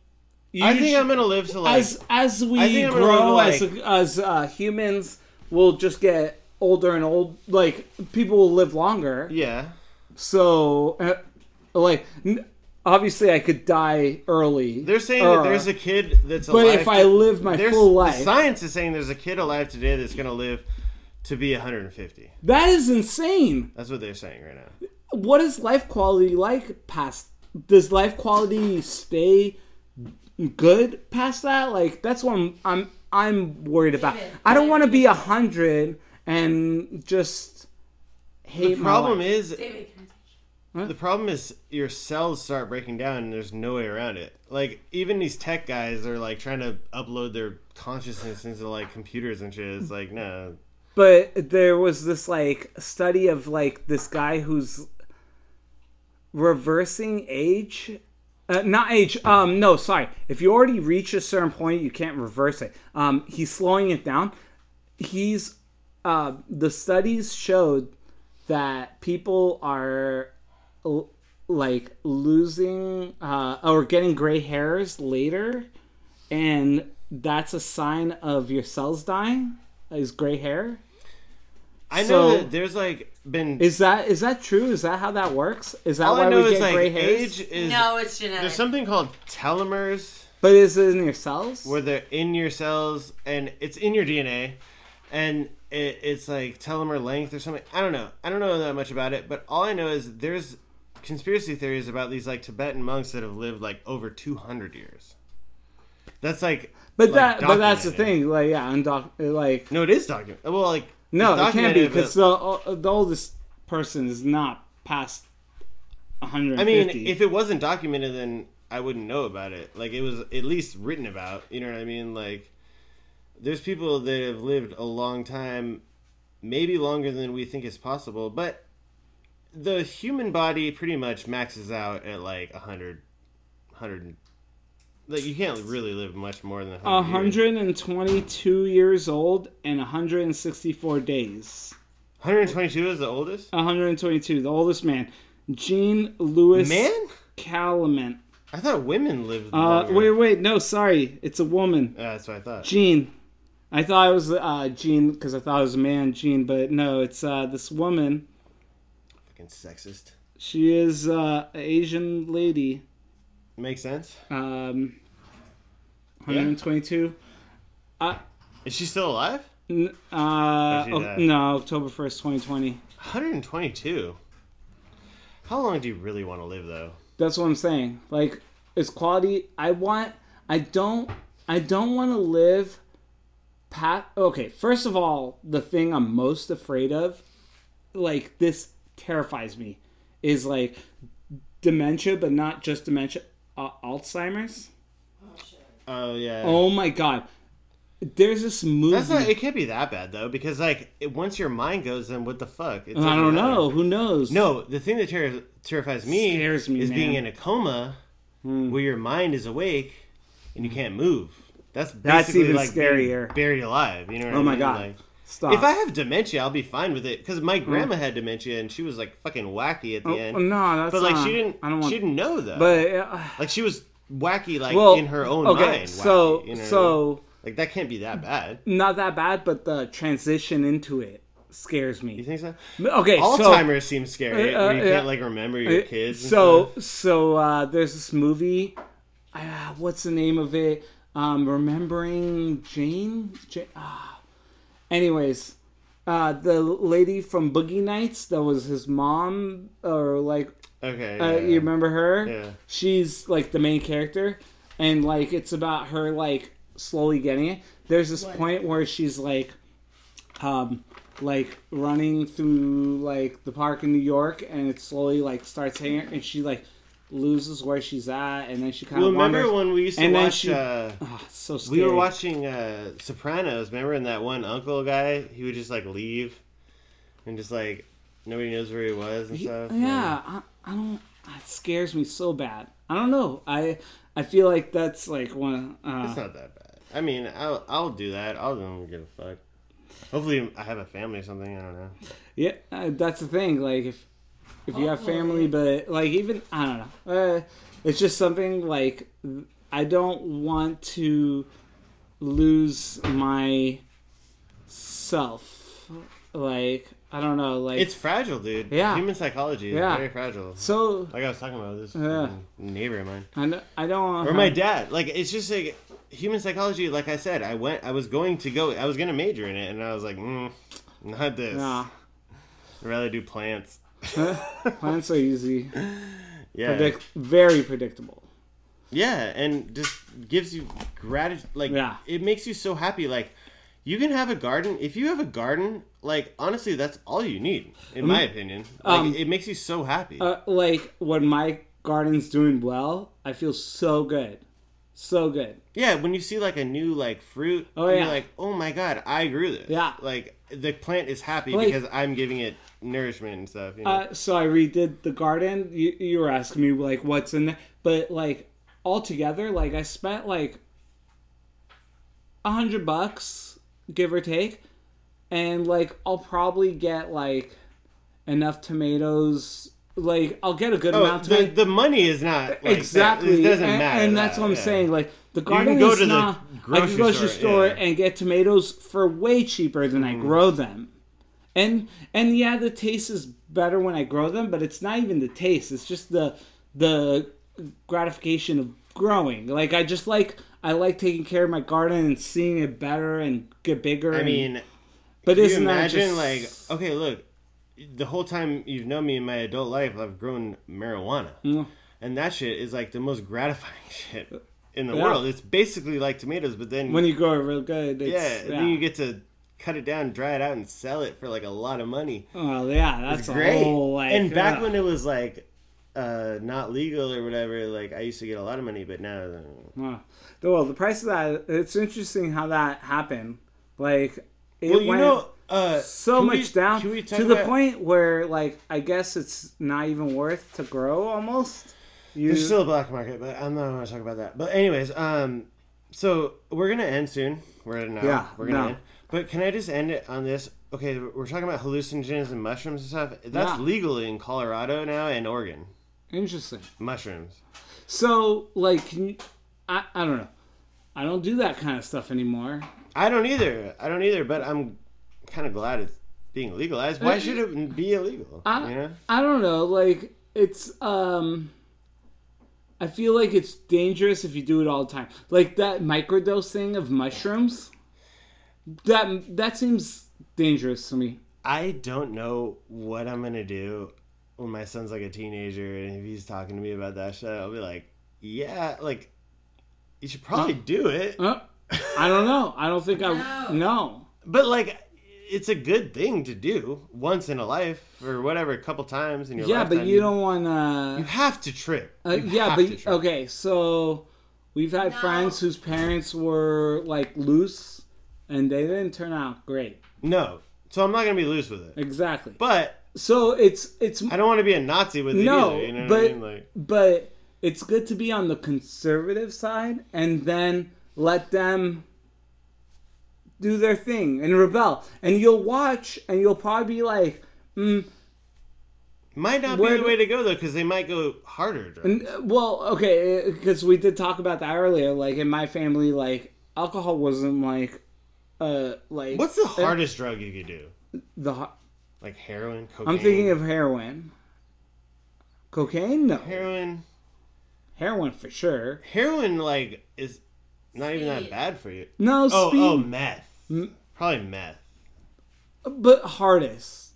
S3: you
S2: I think
S3: should-
S2: I'm gonna live to like
S3: as as
S2: I
S3: we
S2: think I'm gonna
S3: grow
S2: live
S3: as
S2: to,
S3: as uh, humans, we'll just get older and old. Like people will live longer.
S2: yeah.
S3: So, uh, like. N- Obviously, I could die early.
S2: They're saying
S3: or-
S2: that there's a kid that's
S3: Uh. But
S2: alive.
S3: if I live my
S2: there's-
S3: full
S2: the
S3: life-
S2: science is saying there's a kid alive today that's gonna live to be 150.
S3: that is insane.
S2: That's what they're saying right now.
S3: what is life quality like past does life quality stay good past that like that's what i'm i'm, I'm worried about i don't want to be a hundred and just hate
S2: The problem
S3: my life.
S2: is the problem is your cells start breaking down and there's no way around it. Like even these tech guys are like trying to upload their consciousness into like computers and shit. It's like no,
S3: but there was this like study of like this guy who's reversing age uh, not age um no sorry if you already reach a certain point you can't reverse it um he's slowing it down he's uh the studies showed that people are l- like losing uh or getting gray hairs later and that's a sign of your cells dying is gray hair
S2: I know
S3: So-
S2: that there's like been.
S3: is that is that true is that how that works is that
S2: all
S3: why
S2: I know
S3: we
S2: is
S3: get
S2: like
S3: gray hairs
S2: age is.
S4: No, it's genetic.
S2: There's something called telomeres
S3: but is it in your cells
S2: where they're in your cells and it's in your DNA, and it, it's like telomere length or something. I don't know. I don't know that much about it, but all I know is there's conspiracy theories about these like Tibetan monks that have lived like over 200 years. That's like.
S3: But
S2: like,
S3: that, but that's the
S2: documented.
S3: thing. Like, yeah, undoc- like,
S2: No, it is documented. Well, like
S3: no,
S2: it's
S3: it can't be
S2: documented, but-
S3: because the o- the oldest person is not past
S2: I
S3: 150.
S2: mean, if it wasn't documented, then I wouldn't know about it. Like it was at least written about. You know what I mean? Like there's people that have lived a long time, maybe longer than we think is possible. But the human body pretty much maxes out at like a hundred, hundred. Like you can't really live much more than a hundred.
S3: 122 years old and 164 days.
S2: Hundred and twenty-two is the oldest.
S3: 122, the oldest man, Jean Louis
S2: Man,
S3: Calumet.
S2: I thought women lived.
S3: Uh,
S2: longer.
S3: wait, wait, no, sorry, it's a woman,
S2: Uh, that's what I thought.
S3: Jean. I thought it was uh, Jean because I thought it was a man, Jean, but no, it's uh, this woman.
S2: Fucking sexist.
S3: She is uh, an Asian lady.
S2: Makes sense.
S3: Um, 122.
S2: Is she still alive?
S3: N- Uh,
S2: she
S3: oh,
S2: died.
S3: no, October 1st, 2020.
S2: 122. How long do you really want to live, though?
S3: That's what I'm saying. Like, it's quality. I want. I don't. I don't want to live. Pat. Okay. First of all, the thing I'm most afraid of, like this terrifies me, is like dementia, but not just dementia, uh, Alzheimer's.
S2: Oh yeah.
S3: Oh my god. There's this movie.
S2: That's not. It can't be that bad though, because like it, once your mind goes, then what the fuck? It
S3: I
S2: doesn't
S3: don't
S2: matter.
S3: know. Who knows?
S2: No, the thing that terri terrifies me,
S3: Scares me,
S2: is being
S3: man. Hmm.
S2: in a coma where your mind is awake and you can't move. That's basically
S3: That's even
S2: like being
S3: scarier.
S2: buried alive. You know what I
S3: Oh
S2: mean?
S3: my god.
S2: Like,
S3: Stop.
S2: if I have dementia, I'll be fine with it because my grandma had dementia and she was like fucking wacky at the
S3: Oh,
S2: end.
S3: no, that's
S2: but like
S3: not-
S2: she didn't.
S3: I don't want-
S2: she didn't know though.
S3: but uh,
S2: Like she was wacky, like
S3: well,
S2: in her own
S3: okay,
S2: mind.
S3: so
S2: wacky, you know?
S3: so
S2: like that can't be that bad.
S3: not that bad, but the transition into it scares
S2: You
S3: me.
S2: think so?
S3: Okay,
S2: Alzheimer's seems scary.
S3: Uh,
S2: where you
S3: uh,
S2: can't like remember
S3: so
S2: your kids. and
S3: so
S2: stuff.
S3: so uh, there's this movie. Uh, what's the name of it? Um, Remembering Jane. Jane ah. Anyways, uh, the lady from Boogie Nights that was his mom, or like
S2: okay,
S3: Uh,
S2: yeah.
S3: you remember her?
S2: Yeah.
S3: She's like the main character, and like it's about her like slowly getting it. There's this point where she's like, um, like running through like the park in New York, and it slowly like starts hitting her, and she like loses where she's at, and then she kind
S2: Well,
S3: of
S2: remember when we used to
S3: and then
S2: watch?
S3: she-
S2: uh,
S3: so scary.
S2: we were watching uh, Sopranos. Remember, and that one uncle guy, he would just like leave, and just like nobody knows where he was and stuff.
S3: Yeah, I, I don't. It scares me so bad. I don't know. I I feel like that's like one. Uh,
S2: It's not that bad. I mean, I'll I'll do that. I'll don't give a fuck. Hopefully, I have a family or something. I don't know.
S3: Yeah, uh, that's the thing. Like if if you have family, but like even I don't know. Uh, it's just something like I don't want to lose my self. Like I don't know. Like
S2: It's fragile, dude.
S3: Yeah.
S2: Human psychology is
S3: Yeah.
S2: very fragile.
S3: so.
S2: Like I was talking about this
S3: Yeah. Uh-huh.
S2: fucking neighbor of mine.
S3: I don't. I don't
S2: Or my dad. Like it's just like human psychology, like I said, I went I was going to go I was gonna major in it and I was like, mm, not this.
S3: Nah,
S2: I'd rather do plants.
S3: plants are easy.
S2: Yeah.
S3: Predict, very predictable.
S2: Yeah, and just gives you gratitude like
S3: Yeah.
S2: it makes you so happy. Like you can have a garden. If you have a garden, like honestly, that's all you need, in my opinion. Like
S3: Mm-hmm. Um,
S2: it makes you so happy.
S3: Uh, like when my garden's doing well, I feel so good. So good.
S2: Yeah, when you see like a new like fruit,
S3: Oh,
S2: and
S3: yeah.
S2: you're like, oh my god, I grew this.
S3: Yeah.
S2: like the plant is happy
S3: Like-
S2: because I'm giving it nourishment and stuff. You know?
S3: Uh, so I redid the garden. You, you were asking me like what's in there, but like altogether, like I spent like a hundred bucks, give or take, and like I'll probably get like enough tomatoes. Like I'll get a good
S2: oh,
S3: amount.
S2: the,
S3: tomato-
S2: the money is not like that.
S3: exactly.
S2: It doesn't
S3: and,
S2: matter.
S3: and that's
S2: that,
S3: what I'm
S2: yeah.
S3: saying. Like the garden
S2: go
S3: is
S2: to the
S3: not. I
S2: grocery
S3: can go to
S2: store,
S3: the store
S2: yeah. Mm.
S3: and get tomatoes for way cheaper than I grow them, and and yeah, the taste is better when I grow them, but it's not even the taste. It's just the the gratification of growing. Like I just like I like taking care of my garden and seeing it better and get bigger.
S2: I
S3: and-
S2: mean,
S3: but
S2: Can
S3: it's
S2: you
S3: not
S2: imagine
S3: just
S2: like okay look the whole time you've known me in my adult life i've grown marijuana
S3: Mm-hmm.
S2: and that shit is like the most gratifying shit in the
S3: Yeah.
S2: world it's basically like tomatoes but then
S3: when you grow it real good. It's,
S2: yeah, then you get to cut it down dry it out and sell it for like a lot of money
S3: oh yeah, that's
S2: it's
S3: a
S2: great
S3: whole like
S2: and back
S3: uh,
S2: when it was like uh not legal or whatever like i used to get a lot of money but now uh,
S3: Wow. The- Well, the price of that, it's interesting how that happened. Like, it
S2: well you
S3: went
S2: know uh
S3: so
S2: can
S3: much
S2: we-
S3: down
S2: can we talk
S3: to the
S2: about-
S3: point where, like, I guess it's not even worth to grow almost. You,
S2: There's still a black market, but I'm not going to talk about that. But anyways, um, so we're gonna end soon. We're at an hour.
S3: Yeah,
S2: we're gonna
S3: no.
S2: end. But can I just end it on this? Okay, we're talking about hallucinogens and mushrooms and stuff. That's
S3: Yeah.
S2: legal in Colorado now and Oregon.
S3: Interesting.
S2: Mushrooms.
S3: So, like, can you, I, I don't know. I don't do that kind of stuff anymore.
S2: I don't either. I don't either. But I'm kind of glad it's being legalized. Why should it be illegal?
S3: I,
S2: you know.
S3: I don't know. Like it's um I feel like it's dangerous if you do it all the time. Like that microdosing of mushrooms. That that seems dangerous to me.
S2: I don't know what I'm gonna do when my son's like a teenager and if he's talking to me about that shit, I'll be like, yeah, like you should probably do it.
S3: Uh, I don't know. I don't think I no.
S2: But like it's a good thing to do once in a life or whatever, a couple times in your
S3: Yeah,
S2: lifetime.
S3: but you don't want to
S2: you have to trip.
S3: Uh,
S2: You
S3: yeah,
S2: have to
S3: but
S2: trip.
S3: okay, so we've had friends whose parents were like loose and they didn't turn out great.
S2: No. So I'm not gonna be loose with it.
S3: Exactly.
S2: But
S3: So it's it's
S2: I don't wanna be a Nazi with it
S3: No,
S2: either. You know what
S3: but
S2: I mean? Like
S3: but it's good to be on the conservative side and then let them do their thing and rebel. And you'll watch and you'll probably be like, mm,
S2: might not
S3: where
S2: be
S3: do-
S2: the way to go though, because they might go harder. drugs.
S3: n- well, okay, because we did talk about that earlier. Like in my family, like alcohol wasn't like, uh, like
S2: What's the hardest drug you could do?
S3: the. har-
S2: Like heroin, cocaine.
S3: I'm thinking of heroin. Cocaine, no.
S2: heroin.
S3: Heroin for sure.
S2: Heroin like is not even that bad for you.
S3: No
S2: Oh,
S3: speed,
S2: oh, meth. Probably meth.
S3: but hardest.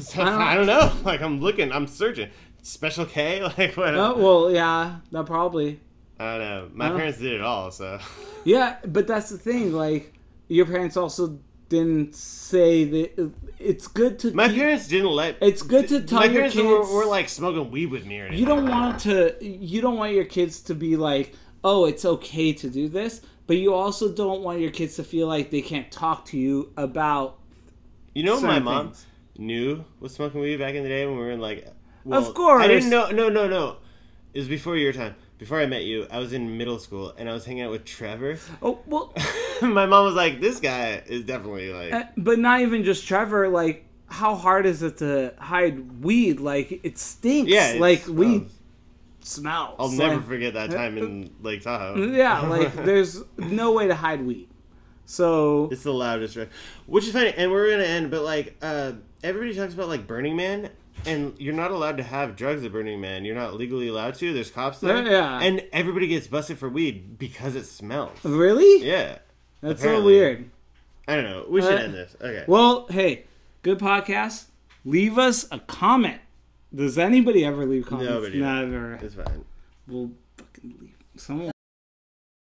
S2: So, I, don't, know. Like I'm looking, I'm searching. Special K, like what?
S3: Oh well, uh, yeah, that probably.
S2: I don't know. My parents did it all, so
S3: Yeah, but that's the thing. Like, your parents also didn't say that it's good to.
S2: my
S3: keep-
S2: parents didn't let.
S3: It's good to tell
S2: my
S3: your
S2: parents
S3: kids.
S2: were, were like smoking weed with me or anything.
S3: you don't
S2: like
S3: want to. You don't want your kids to be like, oh, it's okay to do this, but you also don't want your kids to feel like they can't talk to you about.
S2: that. You know, my
S3: certain
S2: mom
S3: things.
S2: knew was smoking weed back in the day when we were in like. well,
S3: course.
S2: I didn't know. No, no, no. It was before your time. Before I met you, I was in middle school and I was hanging out with Trevor.
S3: Oh well,
S2: my mom was like, "This guy is definitely like."
S3: but not even just Trevor. Like, how hard is it to hide weed? Like, it stinks.
S2: Yeah, it's-
S3: like weed
S2: um,
S3: smells.
S2: I'll never
S3: Like-
S2: forget that time in Lake Tahoe.
S3: Uh, Yeah, like there's no way to hide weed. So
S2: it's the loudest, right? Which is funny, and we're gonna end. But like, uh, everybody talks about like Burning Man, and you're not allowed to have drugs at Burning Man. You're not legally allowed to. There's cops there,
S3: Yeah, yeah.
S2: and everybody gets busted for weed because it smells.
S3: really,
S2: Yeah, apparently.
S3: that's so weird.
S2: I don't know. We should
S3: Uh,
S2: end this. Okay.
S3: Well, hey, good podcast. Leave us a comment. Does anybody ever leave comments?
S2: Nobody.
S3: Never.
S2: it's fine.
S3: We'll fucking leave. Someone